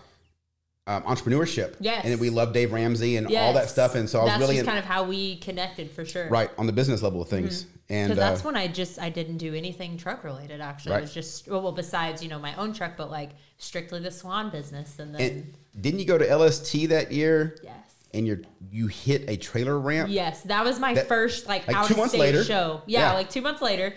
C: um, entrepreneurship.
B: Yes.
C: And then we love Dave Ramsey and all that
B: Yes.
C: stuff. And so I was
B: that's
C: really
B: just
C: in-
B: kind of how we connected for sure.
C: right on the business level of things. And
B: Because that's
C: uh,
B: when I just I didn't do anything truck related. Actually, it
C: Right.
B: was just well, well, besides you know my own truck, but like strictly the Swan business, and then
C: and didn't you go to LST that year?
B: yes,
C: And you you hit a trailer ramp.
B: yes, that was my
C: That-
B: first like,
C: like
B: out
C: two
B: of
C: months
B: state
C: later.
B: show. Yeah,
C: Yeah.
B: like two months later.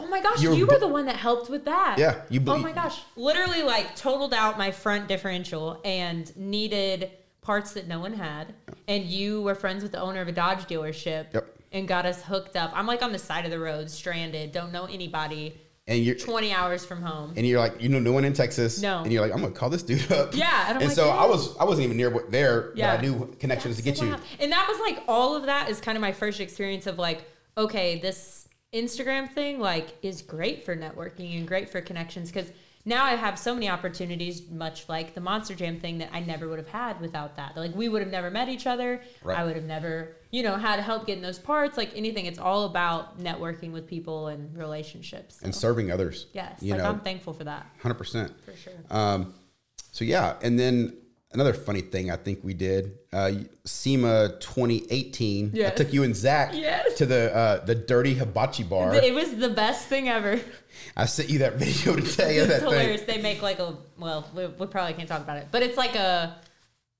B: Oh my gosh, you
C: You were
B: were,
C: bu-
B: the one that helped with that.
C: Yeah, you
B: oh
C: bu-
B: my gosh, literally like totaled out my front differential and needed parts that no one had, and you were friends with the owner of a Dodge dealership.
C: Yep.
B: And got us hooked up. I'm like on the side of the road, stranded, don't know anybody,
C: And you're
B: 20 hours from home.
C: and you're like, you know, no one in Texas.
B: No.
C: And you're like, I'm gonna call this dude up.
B: Yeah, and
C: And,
B: I'm like,
C: so
B: yeah.
C: I was, I wasn't even near what- there.
B: Yeah.
C: But I knew connections to get
B: That's
C: you.
B: wild. And that was like all of that is kind of my first experience of like, okay, this Instagram thing like is great for networking and great for connections because now I have so many opportunities, much like the Monster Jam thing that I never would have had without that. Like we would have never met each other.
C: Right.
B: I would have never, you know, had help getting those parts. Like anything, it's all about networking with people and relationships.
C: And
B: So,
C: serving others.
B: yes,
C: You
B: like
C: know,
B: I'm thankful for that
C: hundred percent.
B: for sure.
C: Um, so yeah, and then another funny thing I think we did, uh, SEMA 2018. I
B: Yes.
C: took you and Zach
B: Yes.
C: to the uh, the dirty hibachi bar.
B: it was the best thing ever.
C: I sent you that [LAUGHS] video today of
B: It's
C: that
B: hilarious.
C: thing.
B: They make like a well, we, we probably can't talk about it, but it's like a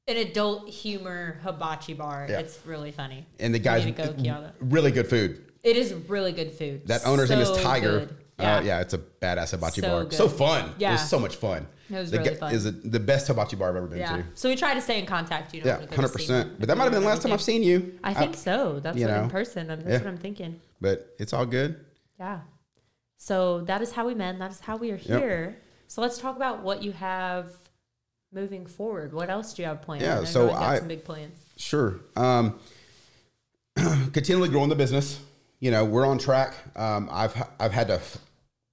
B: an adult humor hibachi bar.
C: Yeah.
B: It's really funny.
C: And the
B: You
C: guys,
B: need to go, Kiana.
C: really good food.
B: It is really good food.
C: That owner's name is Tiger.
B: good.
C: Yeah,
B: Yeah.
C: uh, yeah it's a badass hibachi
B: So
C: bar.
B: good.
C: So fun.
B: Yeah.
C: It was so much fun.
B: It was
C: the,
B: really
C: ga-
B: fun.
C: Is it the best hibachi bar I've ever been
B: Yeah.
C: to.
B: So we try to stay in contact. You know,
C: Yeah,
B: when we go to
C: hundred
B: see them.
C: percent. But that might have been the last time I've seen you.
B: I think so. That's
C: you
B: what in
C: know.
B: person. I'm- That's
C: Yeah.
B: what I'm thinking.
C: But it's all good.
B: Yeah. So that is how we met. and That is how we are here. So let's talk about what you have moving forward. What else do you have planned?
C: Yeah,
B: know
C: so
B: you've got
C: I-
B: some big plans.
C: Sure. Um, [CLEARS THROAT] continually growing the business. You know, we're on track. Um, I've ha- I've had to f-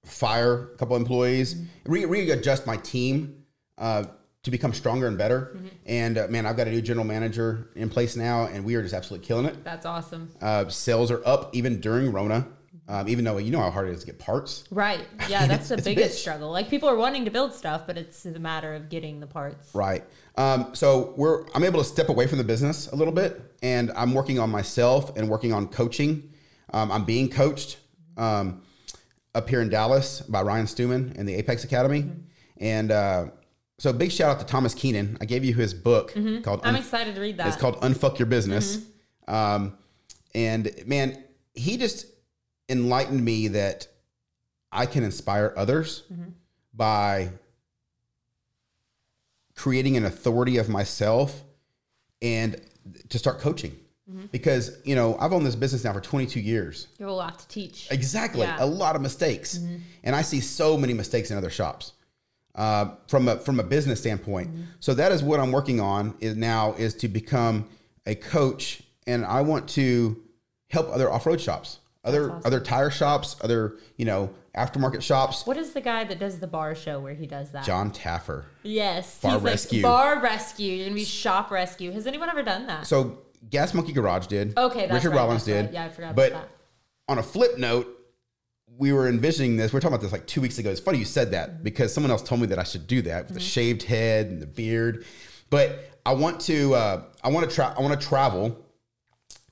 C: fire a couple employees,
B: Mm-hmm.
C: re- readjust my team uh, to become stronger and better.
B: Mm-hmm.
C: And uh, man, I've got a new general manager in place now, and we are just absolutely killing it.
B: That's awesome.
C: Uh, sales are up even during Rona. Um, even though you know how hard it is to get parts,
B: Right.
C: [LAUGHS]
B: Yeah, that's the
C: It's a
B: biggest
C: bitch.
B: struggle. Like people are wanting to build stuff, but it's a matter of getting the parts.
C: Right. Um, so we're I'm able to step away from the business a little bit, and I'm working on myself and working on coaching. Um, I'm being coached um, up here in Dallas by Ryan Stuman and the Apex Academy, and uh, so big shout out to Thomas Keenan. I gave you his book called
B: I'm
C: Unf-
B: excited to read that. Mm-hmm.
C: It's called Unfuck Your Business, um, and man, he just enlightened me that I can inspire others
B: Mm-hmm.
C: by creating an authority of myself and to start coaching.
B: Mm-hmm.
C: Because, you know, I've owned this business now for 22 years.
B: you have a lot to teach.
C: Exactly.
B: Yeah. Mm-hmm.
C: A lot of mistakes. And I see so many mistakes in other shops. Uh, from a from a business standpoint,
B: Mm-hmm.
C: so that is what I'm working on is now is to become a coach, and I want to help other off road shops, other other tire shops, other you know aftermarket shops.
B: What is the guy that does the bar show where he does that?
C: John Taffer,
B: Yes.
C: Bar
B: he's
C: rescue.
B: Like, bar rescue. You're gonna be shop rescue. Has anyone ever done that?
C: So Gas Monkey Garage did.
B: Okay, that's
C: Richard
B: right,
C: Rollins
B: that's right.
C: did.
B: Yeah, I forgot about
C: But
B: that.
C: on a flip note, we were envisioning this. We were talking about this like two weeks ago. It's funny you said
B: Mm-hmm.
C: that because someone else told me that I should do that with the shaved head and the beard. But I want to. Uh, I want to. Tra- I want to travel,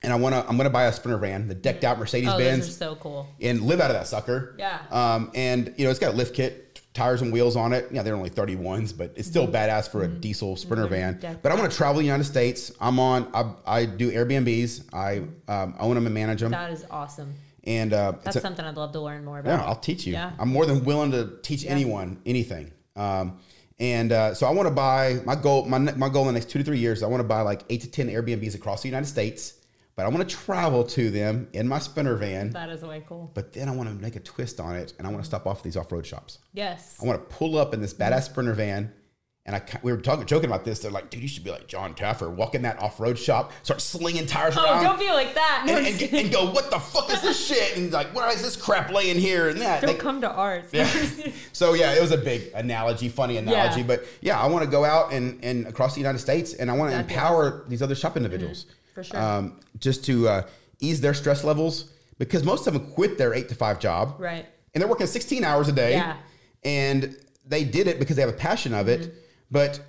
C: and I want to. I'm going to buy a sprinter van, the decked out Mercedes
B: oh,
C: Benz,
B: those are so cool.
C: and live out of that sucker.
B: Yeah.
C: Um, and you know, it's got a lift kit, tires and wheels on it. Yeah, they're only 31s, but it's still badass for a diesel sprinter van.
B: Mm-hmm. Definitely.
C: But I want to travel the United States. I'm on. I, I do Airbnbs. I um, own them and manage them.
B: That is awesome.
C: And uh,
B: That's
C: it's a-
B: something I'd love to learn more
C: yeah,
B: about.
C: I'll teach you.
B: Yeah.
C: I'm more than willing to teach anyone anything. Um, and uh, so I want to buy my goal. My ne- my goal in the next two to three years, I want to buy like eight to ten Airbnbs across the United States. But I want to travel to them in my sprinter van.
B: That is way cool.
C: But then I want to make a twist on it, and I
B: Mm-hmm.
C: want to stop off at these off-road shops.
B: Yes.
C: I want to pull up in this
B: Mm-hmm.
C: badass Sprinter van, and I ki- we were talking joking about this. They're like, "Dude, you should be like John Taffer, walk in that off-road shop, start slinging tires
B: Oh,
C: around,
B: don't be like that. No,
C: and,
B: I'm
C: and,
B: just
C: and go, what the fuck is this shit?" And like, "Why is this crap laying here?" And that.
B: Don't
C: They-
B: come to ours.
C: so yeah, it was a big analogy, funny analogy,
B: Yeah.
C: but yeah, I want to go out and and across the United States, and I want to
B: That'd be Mm-hmm.
C: empower these other shop individuals
B: for sure.
C: um, just to uh, ease their stress levels because most of them quit their eight to five job,
B: [LAUGHS] Right.
C: And they're working sixteen hours a day,
B: Yeah. Mm-hmm.
C: and they did it because they have a passion of it, but.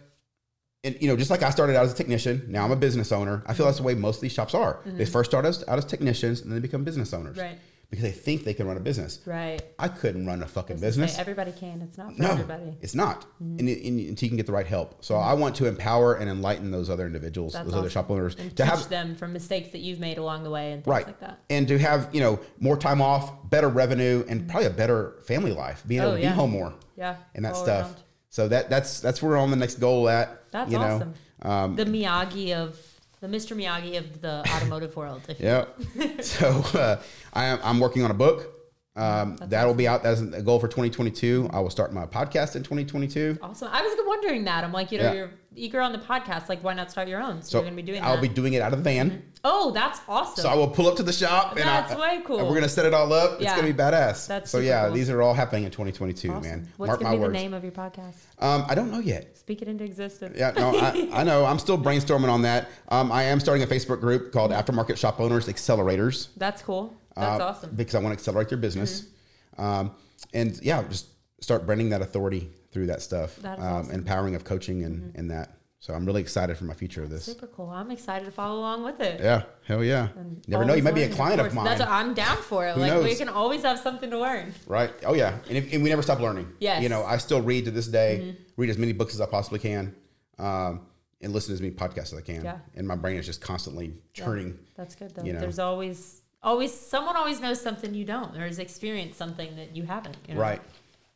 C: And you know, just like I started out as a technician, now I'm a business owner. I feel that's the way most of these shops are. They first start as, out as technicians, and then they become business owners
B: Mm-hmm. Right.
C: because they think they can run a business.
B: right.
C: I couldn't run a fucking
B: Hey,
C: business.
B: everybody can. It's not for
C: No,
B: everybody. Mm-hmm.
C: it's not. And, and, until you can get the right help. So I want to empower and enlighten those other individuals,
B: That's
C: those other shop
B: awesome.
C: owners,
B: And
C: to
B: teach
C: have
B: them from mistakes that you've made along the way and things
C: right
B: like that.
C: and to have you know more time off, better revenue, and probably a better family life, being
B: Mm-hmm. Oh,
C: able to
B: yeah.
C: be home more,
B: Yeah,
C: and that
B: all
C: stuff.
B: around.
C: So that that's that's where I'm the next goal at.
B: That's
C: you know? um,
B: awesome. the Miyagi of the Mr. Miyagi of the automotive world. If you- [LAUGHS]
C: Yep. so uh, I am, I'm working on a book. Um, that'll be out. That's a goal for 2022. I will start my podcast in 2022.
B: Awesome. I was wondering that. I'm like, you know,
C: Yeah.
B: you're eager on the podcast. Like, why not start your own? So,
C: So
B: you're gonna be doing
C: I'll
B: that.
C: be doing it out of the van.
B: oh, that's awesome.
C: So I will pull up to the shop. And
B: That's
C: I,
B: way cool.
C: And we're gonna set it all up.
B: Yeah.
C: It's gonna be badass.
B: That's
C: so
B: super
C: yeah,
B: cool.
C: these are all happening in 2022,
B: Awesome.
C: man.
B: What's
C: Mark
B: gonna
C: my
B: be
C: words.
B: the name of your podcast?
C: Um, I don't know yet.
B: Speak it into existence.
C: Yeah, no, I, I know. I'm still brainstorming on that. Um, I am starting a Facebook group called Aftermarket Shop Owners Accelerators.
B: [LAUGHS] That's cool. That's
C: uh,
B: awesome. Mm-hmm.
C: Because I want to accelerate their business. Um, and yeah, just start branding that authority through that stuff.
B: That is
C: um,
B: awesome. Mm-hmm.
C: Empowering of coaching and, and that. So I'm really excited for my future of this.
B: Super cool. I'm excited to follow along with it.
C: Yeah, hell yeah. Never know. You might be a
B: Always learning,
C: client of,
B: course.
C: mine.
B: That's what I'm down for. It.
C: [LAUGHS] Who
B: like we
C: knows?
B: can always have something to learn.
C: Right. Oh yeah. And, if, and we never stop learning.
B: Yes. Mm-hmm.
C: You know, I still read to this day, read as many books as I possibly can, um, and listen to as many podcasts as I can.
B: Yeah.
C: And my brain is just constantly churning.
B: That's good though.
C: You know.
B: There's always always someone always knows something you don't or has experienced something that you haven't. You know?
C: Right.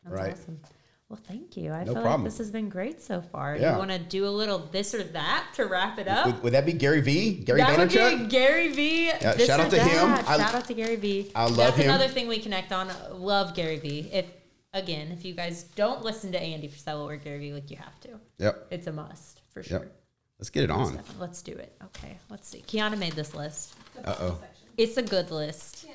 B: That's
C: right.
B: awesome. Well, thank you. I
C: No
B: feel
C: problem.
B: like this has been great so far.
C: Yeah.
B: You want to do a little this or that to wrap it up?
C: Would, would that be Gary V? Gary
B: that would
C: Vaynerchuk?
B: be Gary V.
C: Yeah,
B: This
C: shout
B: or
C: out to
B: that.
C: him. I-
B: shout out to Gary V.
C: I love
B: That's
C: him.
B: another thing we connect on. Love Gary V. If again, if you guys don't listen to Andy Frisella or Gary V, like you have to.
C: Yep.
B: It's a must for sure.
C: Yep. Let's get it on.
B: Definitely. Let's do it. Okay. Let's see. Kiana made this list.
C: Uh oh.
B: It's a good list.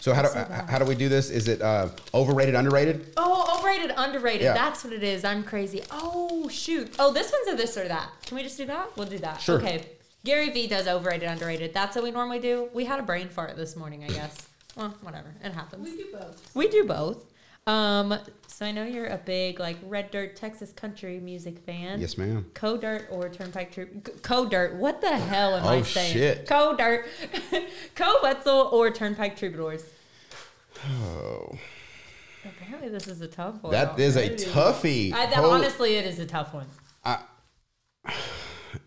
C: So how do how do we do this? Is it uh, overrated, underrated?
B: Oh, overrated, underrated.
C: Yeah.
B: That's what it is. I'm crazy. Oh, shoot. Oh, this one's a this or that. Can we just do that? We'll do that.
C: Sure.
B: Okay. Gary Vee does overrated, underrated. That's what we normally do. We had a brain fart this morning, I
C: [CLEARS THROAT]
B: guess. Well, whatever. It happens.
D: We do both.
B: We do both. Um, so I know you're a big like Red Dirt Texas country music fan.
C: Yes, ma'am.
B: Co Dirt or Turnpike Troop? Co Dirt. What the hell am I
C: Oh,
B: saying?
C: shit.
B: Co [LAUGHS] Dirt. Co Wetzel or Turnpike Troubadours?
C: Oh,
B: Apparently, this is a tough one.
C: that is a toughie.
B: I, that,
C: Hol-
B: honestly, it is a tough one.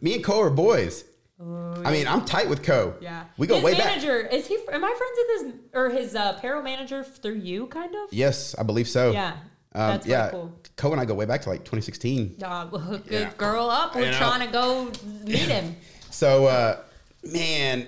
C: me and Co are boys. I mean, I'm tight with
B: Oh,
C: Co.
B: Yeah.
C: we go
B: his
C: way back.
B: manager, Is he? Am I friends with his or his uh, apparel manager through you? Kind of.
C: Yes, I believe so.
B: Yeah,
C: um,
B: that's pretty
C: yeah.
B: cool.
C: Co and I go way back to like 2016.
B: Uh, well, [LAUGHS] good
C: Yeah.
B: girl up. We're
C: You know.
B: trying to go meet him.
C: So, uh, man,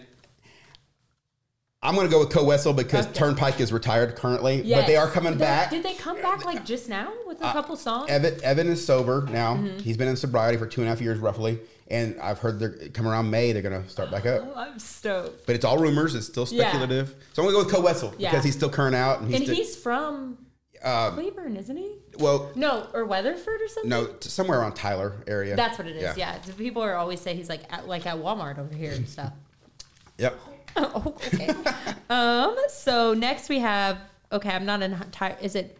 C: I'm gonna go with Co Wessel because
B: Okay.
C: Turnpike is retired currently,
B: Yes.
C: but they are coming
B: Did they-
C: back. Uh,
B: Did they come back like just now with a couple songs?
C: Evan, Evan is sober now.
B: Mm-hmm.
C: He's been in sobriety for two and a half years roughly, and I've heard they're come around May they're gonna start back up.
B: Oh, I'm stoked.
C: But it's all rumors. It's still
B: Yeah.
C: speculative. So I'm gonna go with Co Wessel
B: Yeah.
C: because he's still current out, and he's,
B: And
C: still-
B: he's from Cleburne, isn't he?
C: well,
B: No, or Weatherford or something.
C: no, t- somewhere around Tyler area.
B: That's what it is. Yeah. The People are always say he's like at, like at Walmart over here and
C: [LAUGHS]
B: stuff. [LAUGHS]
C: Yep.
B: oh, okay. um. So next we have. Okay, I'm not entire. Is it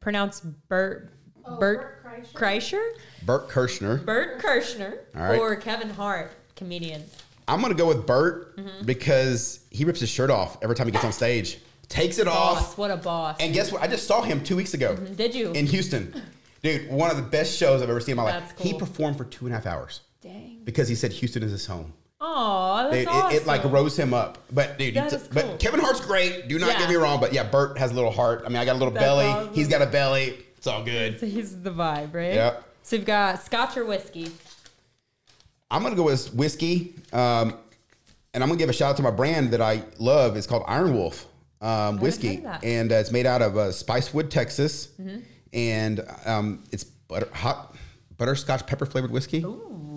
B: pronounced Bert? Bert
D: Bert Kreischer.
B: Kreischer.
C: Burt Kirschner.
B: Bert Kirschner
C: All right.
B: or Kevin Hart, comedian.
C: I'm gonna go with Burt
B: Mm-hmm.
C: because he rips his shirt off every time he gets on stage. Takes it
B: Boss,
C: off.
B: what a boss!
C: And guess what? I just saw him two weeks ago.
B: Did you?
C: in Houston. Dude, one of the best shows I've ever seen in my life.
B: That's
C: He
B: cool.
C: performed for two and a half hours
B: Dang.
C: because he said Houston is his home.
B: Oh, that's
C: Dude,
B: awesome.
C: it, it like rose him up. But dude, you
B: That
C: t-
B: is cool.
C: but Kevin Hart's great. Do not
B: Yeah.
C: get me wrong. But yeah, Bert has a little heart. I mean, I got a little
B: That's
C: belly.
B: awesome.
C: He's got a belly. It's all good.
B: So he's the vibe, right?
C: Yep.
B: So you've got scotch or whiskey.
C: I'm gonna go with whiskey. Um, and I'm gonna give a shout out to my brand that I love. It's called Iron Wolf um,
B: heard
C: whiskey,
B: of that. Mm-hmm.
C: and uh, it's made out of uh, spicewood, Texas, and um, it's butter hot butterscotch pepper flavored whiskey.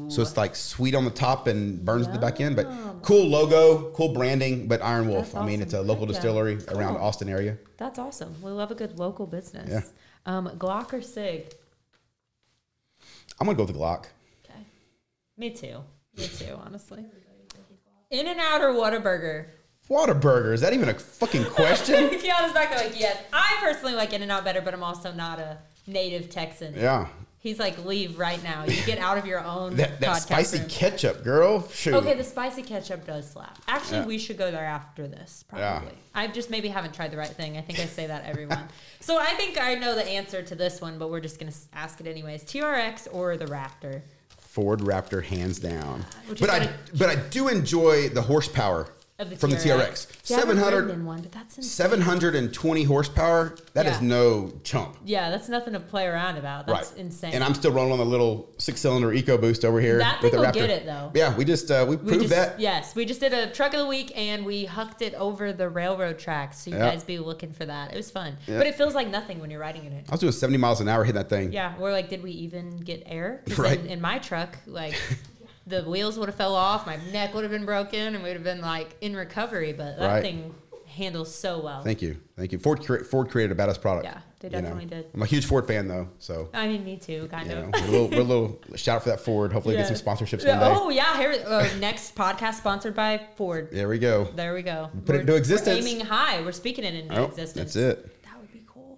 C: So it's like sweet on the top and burns at the back end, but cool logo, cool branding. But Iron Wolf,
B: That's
C: I mean, it's a
B: awesome.
C: local
B: Yeah.
C: distillery around
B: Cool.
C: Austin area.
B: That's awesome. We love a good local business.
C: Yeah.
B: Um, Glock or Sig?
C: I'm gonna go with the Glock.
B: Okay. Me too. Me too, honestly. In and out or Whataburger? [LAUGHS]
C: Whataburger, is that even a fucking question?
B: Keanu's back there like, yes. I personally like In and Out better, but I'm also not a native Texan.
C: yeah.
B: He's like, leave right now. You get out of your own
C: That, that
B: podcast
C: spicy
B: room.
C: ketchup, girl. Shoot.
B: Okay, the spicy ketchup does slap. Actually,
C: Yeah.
B: we should go there after this, probably.
C: Yeah.
B: I just maybe haven't tried the right thing. I think I say that
C: [LAUGHS]
B: everyone. so I think I know the answer to this one, but we're just going to ask it anyways. TRX or the Raptor?
C: Ford Raptor hands down.
B: Which
C: But
B: is
C: I
B: gonna-
C: but I do enjoy the horsepower
B: Of the
C: from
B: TRX.
C: the TRX.
B: See, I haven't ridden
C: 700,
B: in one, but that's insane.
C: 720 horsepower. That is
B: Yeah.
C: no chump.
B: Yeah, that's nothing to play around about. That's
C: right.
B: insane.
C: And I'm still rolling on the little six cylinder EcoBoost over here
B: That
C: with the
B: thing will
C: Raptor.
B: get it, though.
C: Yeah, we just uh, we,
B: we
C: proved
B: just,
C: that.
B: Yes, we just did a truck of the week and we hucked it over the railroad tracks. So you
C: Yeah.
B: guys be looking for that. It was fun,
C: Yeah.
B: but it feels like nothing when you're riding in it.
C: I was doing 70 miles an hour hitting that thing.
B: Yeah, we're like, did we even get air? 'Cause
C: Right.
B: In, in my truck,
C: [LAUGHS]
B: like, the wheels would have fell off, my neck would have been broken, and we would have been like in recovery. But that
C: Right.
B: thing handles so well.
C: Thank you. Thank you. Ford cre- Ford created a badass product.
B: Yeah, they
C: you know.
B: definitely did. Oh,
C: I'm a huge Ford fan though, so
B: I mean, me too, kind
C: you know,
B: of.
C: we're a little, we're a little shout out for that Ford. Hopefully
B: Yes.
C: get some sponsorships
B: Yeah,
C: one day.
B: Oh yeah, here uh, next podcast sponsored by Ford.
C: There we go.
B: There we go.
C: Put it into existence.
B: We're aiming high. We're speaking it into
C: Oh,
B: existence.
C: that's it.
B: That would be cool.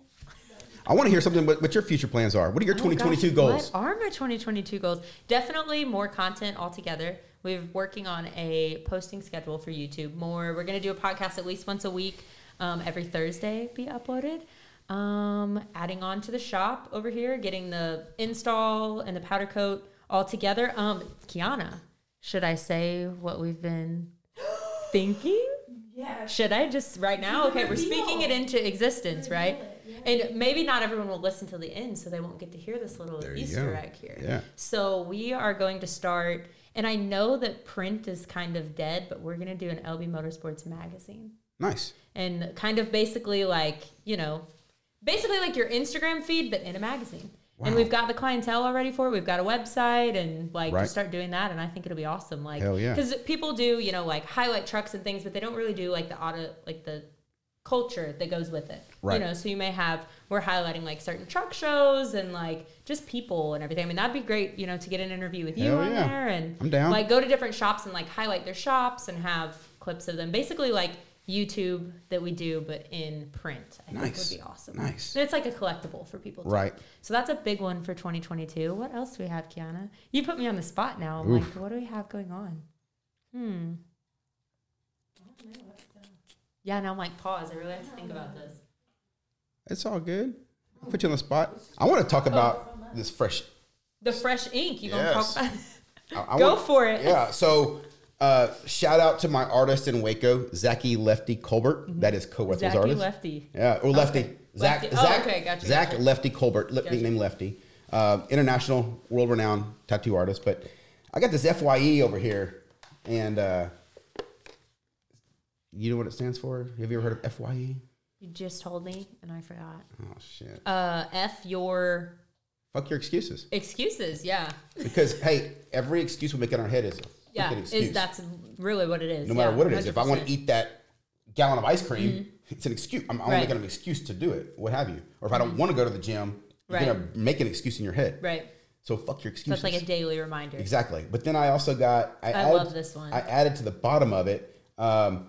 C: I want to hear something what, what your future plans are. What are your
B: Oh,
C: 2022
B: gosh,
C: goals?
B: What are my 2022 goals? Definitely more content altogether. We're working on a posting schedule for YouTube. More. We're going to do a podcast at least once a week. Um, every Thursday be uploaded. Um, adding on to the shop over here, getting the install and the powder coat all together. Um, Kiana, should I say what we've been thinking?
D: Yeah.
B: Should I just right now? Okay, we're speaking it into existence, right? And maybe not everyone will listen to the end, so they won't get to hear this little
C: There you
B: Easter
C: go.
B: egg here.
C: Yeah.
B: So we are going to start, and I know that print is kind of dead, but we're going to do an LB Motorsports magazine
C: Nice.
B: and kind of basically like you know basically like your instagram feed but in a magazine and
C: Wow.
B: we've got the clientele already for it we've got a website and like
C: Right.
B: just start doing that and i think it'll be awesome like
C: Hell yeah.
B: because people do you know like highlight trucks and things but they don't really do like the auto like the culture that goes with it
C: Right.
B: you know so you may have we're highlighting like certain truck shows and like just people and everything i mean that'd be great you know to get an interview with you
C: Hell
B: on
C: yeah.
B: there and
C: I'm down.
B: like go to different shops and like highlight their shops and have clips of them. Basically, like YouTube that we do, but in print. I
C: Nice.
B: think would be awesome.
C: Nice.
B: And it's like a collectible for people. Too.
C: Right.
B: So that's a big one for 2022. What else do we have, Kiana? You put me on the spot now. I'm
C: Oof.
B: like, what do we have going on? Hmm. Yeah, now I'm like, pause. I really have to think about this.
C: It's all good. I'll put you on the spot. I want to talk
B: Oh.
C: about this fresh.
B: The fresh ink. You gonna
C: Yes.
B: talk about?
C: [LAUGHS] I, I
B: Go
C: want-
B: for it.
C: Yeah. So, uh, shout out to my artist in Waco, Zachy Lefty Colbert.
B: Mm-hmm.
C: That is Co Wetzel's
B: Zachy
C: artist.
B: Lefty.
C: Yeah, or Lefty. Zach.
B: Lefty. Oh,
C: Zach.
B: okay, gotcha,
C: Zach
B: gotcha.
C: Lefty Colbert, le-
B: Gotcha.
C: nickname Lefty, uh, international, world-renowned tattoo artist. But I got this Fye over here, and uh, you know what it stands for? Have you ever heard of Fye?
B: You just told me, and I forgot.
C: Oh shit!
B: Uh, f your
C: Fuck your excuses.
B: excuses. Yeah.
C: Because hey, every excuse we make in our head is a
B: Yeah,
C: fucking excuse.
B: is that's really what it is.
C: no matter
B: yeah,
C: what it is. If I want
B: 100%.
C: to eat that gallon of ice cream, it's an excuse. I'm, I'm
B: Mm-hmm. Right. Mm-hmm.
C: making an excuse to do it, what have you. Or if I don't want to go to the gym, you're
B: Right.
C: gonna make an excuse in your head.
B: right?
C: So fuck your excuses.
B: That's like a daily reminder.
C: exactly. But then I also got. I,
B: I
C: added,
B: love this one.
C: I added to the bottom of it um,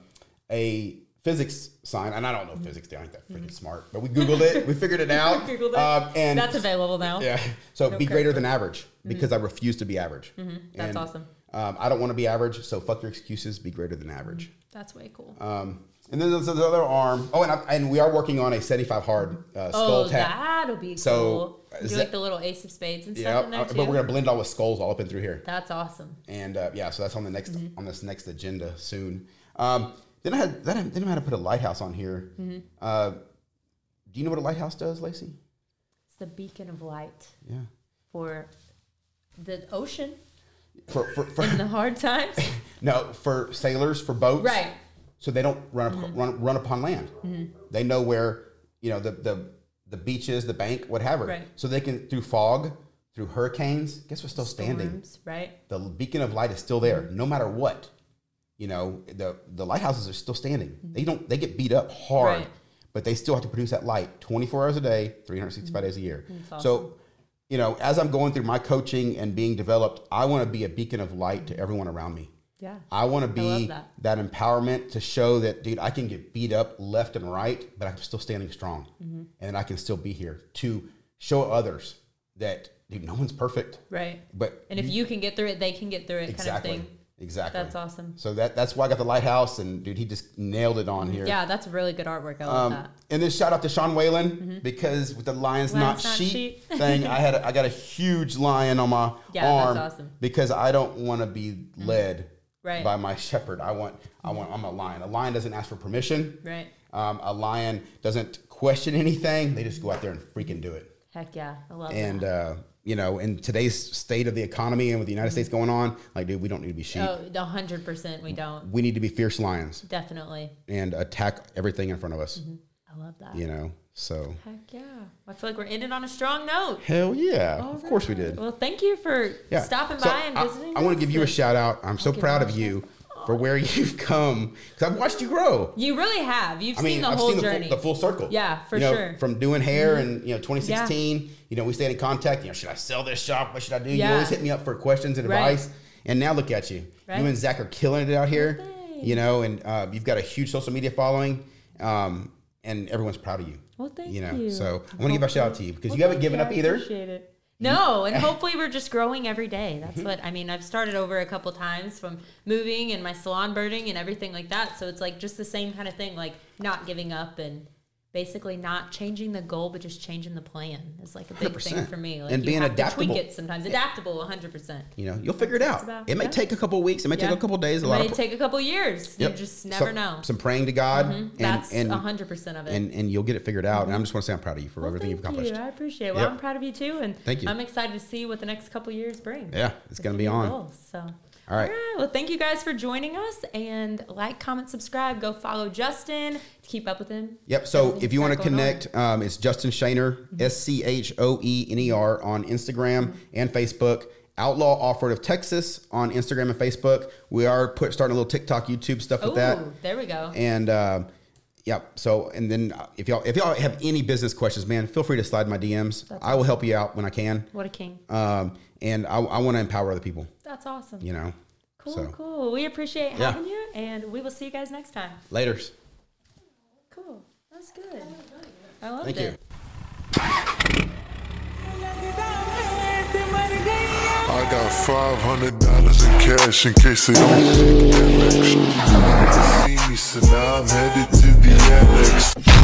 C: a physics sign, and I don't know physics. They aren't that freaking smart, but we googled it. We
B: [LAUGHS]
C: figured it out.
B: Mm-hmm. Googled it.
C: Um, and
B: That's available now.
C: yeah. So be
B: Okay. Mm-hmm.
C: greater than average because I refuse to be average.
B: That's
C: And,
B: awesome.
C: Um, I don't want to be average, so fuck your excuses. Be greater than average.
B: That's way cool.
C: Um, and then there's the other arm. Oh, and, I, and we are working on a 75 hard uh, skull
B: oh,
C: tap.
B: that'll be
C: So,
B: cool.
C: is
B: Do
C: that-
B: like the little ace of spades and
C: Yeah,
B: stuff in there too.
C: uh, but we're gonna blend all with skulls all up and through here.
B: That's awesome.
C: And uh, yeah, so that's on the next
B: Mm-hmm.
C: on this next agenda soon. Um, then I had then I, then I had to put a lighthouse on here.
B: Mm-hmm.
C: Uh, do you know what a lighthouse does, Lacey?
B: It's the beacon of light
C: Yeah.
B: for the ocean
C: For, for,
B: in
C: for [LAUGHS]
B: the hard times.
C: no for sailors for boats
B: right. Mm-hmm.
C: so they don't run up, run, run upon land. They know where you know the the the beaches, the bank, whatever.
B: Right.
C: So they can through fog, through hurricanes. Guess what's still standing?
B: Storms, right.
C: The beacon of light is still there,
B: Mm-hmm.
C: no matter what. You know the the lighthouses are still standing. They don't they get beat up hard,
B: Mm-hmm. Right.
C: but they still have to produce that light 24 hours a day, 365 days a year.
B: Mm-hmm. That's
C: So. You know, as I'm going through my coaching and being developed, I want to be a beacon of light to everyone around me.
B: Yeah.
C: I want to
B: love
C: be that.
B: that.
C: empowerment to show that, dude, I can get beat up left and right, but I'm still standing strong
B: Mm-hmm.
C: and I can still be here to show others that, dude, no one's perfect.
B: Right.
C: But
B: And if you can get through it, they can get through it
C: exactly,
B: kind of thing.
C: exactly.
B: That's awesome.
C: So that, that's why I got the lighthouse and, dude, he just nailed it on here.
B: Yeah, that's really good artwork. I
C: Um,
B: love that.
C: And then shout out to Sean Whalen because with the lions,
B: Mm-hmm. Lions
C: not,
B: not
C: sheep,
B: sheep. [LAUGHS]
C: thing, I had a, I got a huge lion on my
B: Yeah, that's
C: arm
B: awesome. Mm-hmm.
C: because I don't want to be led
B: Right.
C: by my shepherd. I want I want I'm a lion. A lion doesn't ask for permission.
B: Right.
C: Um, a lion doesn't question anything. They just go out there and freaking do it.
B: Heck yeah, I love that.
C: And uh, you know, in today's state of the economy and with the
B: Mm-hmm.
C: United States going on, like dude, we don't need to be sheep.
B: Oh, a hundred percent. We don't
C: We need to be fierce lions
B: definitely.
C: and attack everything in front of us.
B: I love that.
C: You know, so.
B: Heck yeah! I feel like we're ending on a strong note.
C: Hell yeah. of course we
B: Alright.
C: did.
B: Well, thank you for
C: Yeah.
B: stopping
C: So
B: by and
C: I-
B: visiting.
C: I, want to
B: us.
C: give you a shout out. I'm so
B: give
C: proud
B: you a
C: of you for where [LAUGHS] you've come because I've watched you grow.
B: You really have. You've
C: I
B: seen
C: mean,
B: the
C: I've
B: whole
C: seen the
B: journey.
C: full, the full circle.
B: Yeah, for
C: You know,
B: sure. Mm-hmm.
C: From doing hair and you know 2016, you know we stayed in contact. You know, should I sell this shop? What should I do? You
B: Yeah.
C: always hit me up for questions and
B: Right.
C: advice. And now look at you.
B: Right.
C: You and Zach are killing it out here.
B: Thanks.
C: You know, and uh, you've got a huge social media following, um, and everyone's proud of you.
B: well, thank
C: you
B: you.
C: know, so I want to give a shout out to you because you haven't given up either.
B: Appreciate it. No,
C: [LAUGHS]
B: and hopefully we're just growing every day. That's
C: Mm-hmm.
B: what I mean. I've started over a couple times from moving and my salon birding and everything like that. So it's like just the same kind of thing, like not giving up and basically not changing the goal, but just changing the plan is like a big thing
C: 100%.
B: for me. Like
C: And
B: you
C: being
B: have to tweak
C: adaptable.
B: it sometimes. Adaptable, 100. percent
C: You know, you'll figure it out.
B: about-
C: it may
B: yeah.
C: take a couple weeks. It may take a couple days. A
B: It
C: lot
B: may
C: of
B: take a couple years.
C: Yep.
B: You just never
C: some,
B: know. Mm-hmm.
C: Some praying to God, and
B: That's
C: and,
B: 100 percent of it.
C: and and you'll get it figured out. And I'm just want to say I'm proud of you for
B: Well,
C: everything you've
B: thank
C: accomplished.
B: You. I appreciate it. Well,
C: Yep.
B: I'm proud of you too. And
C: Thank you.
B: I'm excited to see what the next couple years bring.
C: Yeah, it's
B: with
C: gonna
B: the
C: be
B: new
C: on.
B: goals, so.
C: All right.
B: Well, thank you guys for joining us and like, comment, subscribe. Go follow Justin to keep up with him.
C: Yep. So
B: Everything
C: if you want to
B: that's going on.
C: connect, um, it's Justin Shaner,
B: Mm-hmm.
C: S C H O E N E R, on Instagram and Facebook. Outlaw Offroad of Texas on Instagram and Facebook. We are put starting a little TikTok, YouTube stuff with that.
B: Oh, there we go.
C: And um, yeah, so and then uh, if y'all if y'all have any business questions, man, feel free to slide my DMs. I will help you out when I can.
B: What a king.
C: Um, and I, I want to empower other people.
B: That's awesome.
C: You know.
B: Cool,
C: so.
B: cool. We appreciate
C: Yeah.
B: having you, and we will see you guys next time.
C: Later's.
B: Cool. That's good. I loved
C: Thank
B: it.
C: you.
A: I got five hundred dollars in cash in case they don't see me. See me, so now I'm headed to the annex.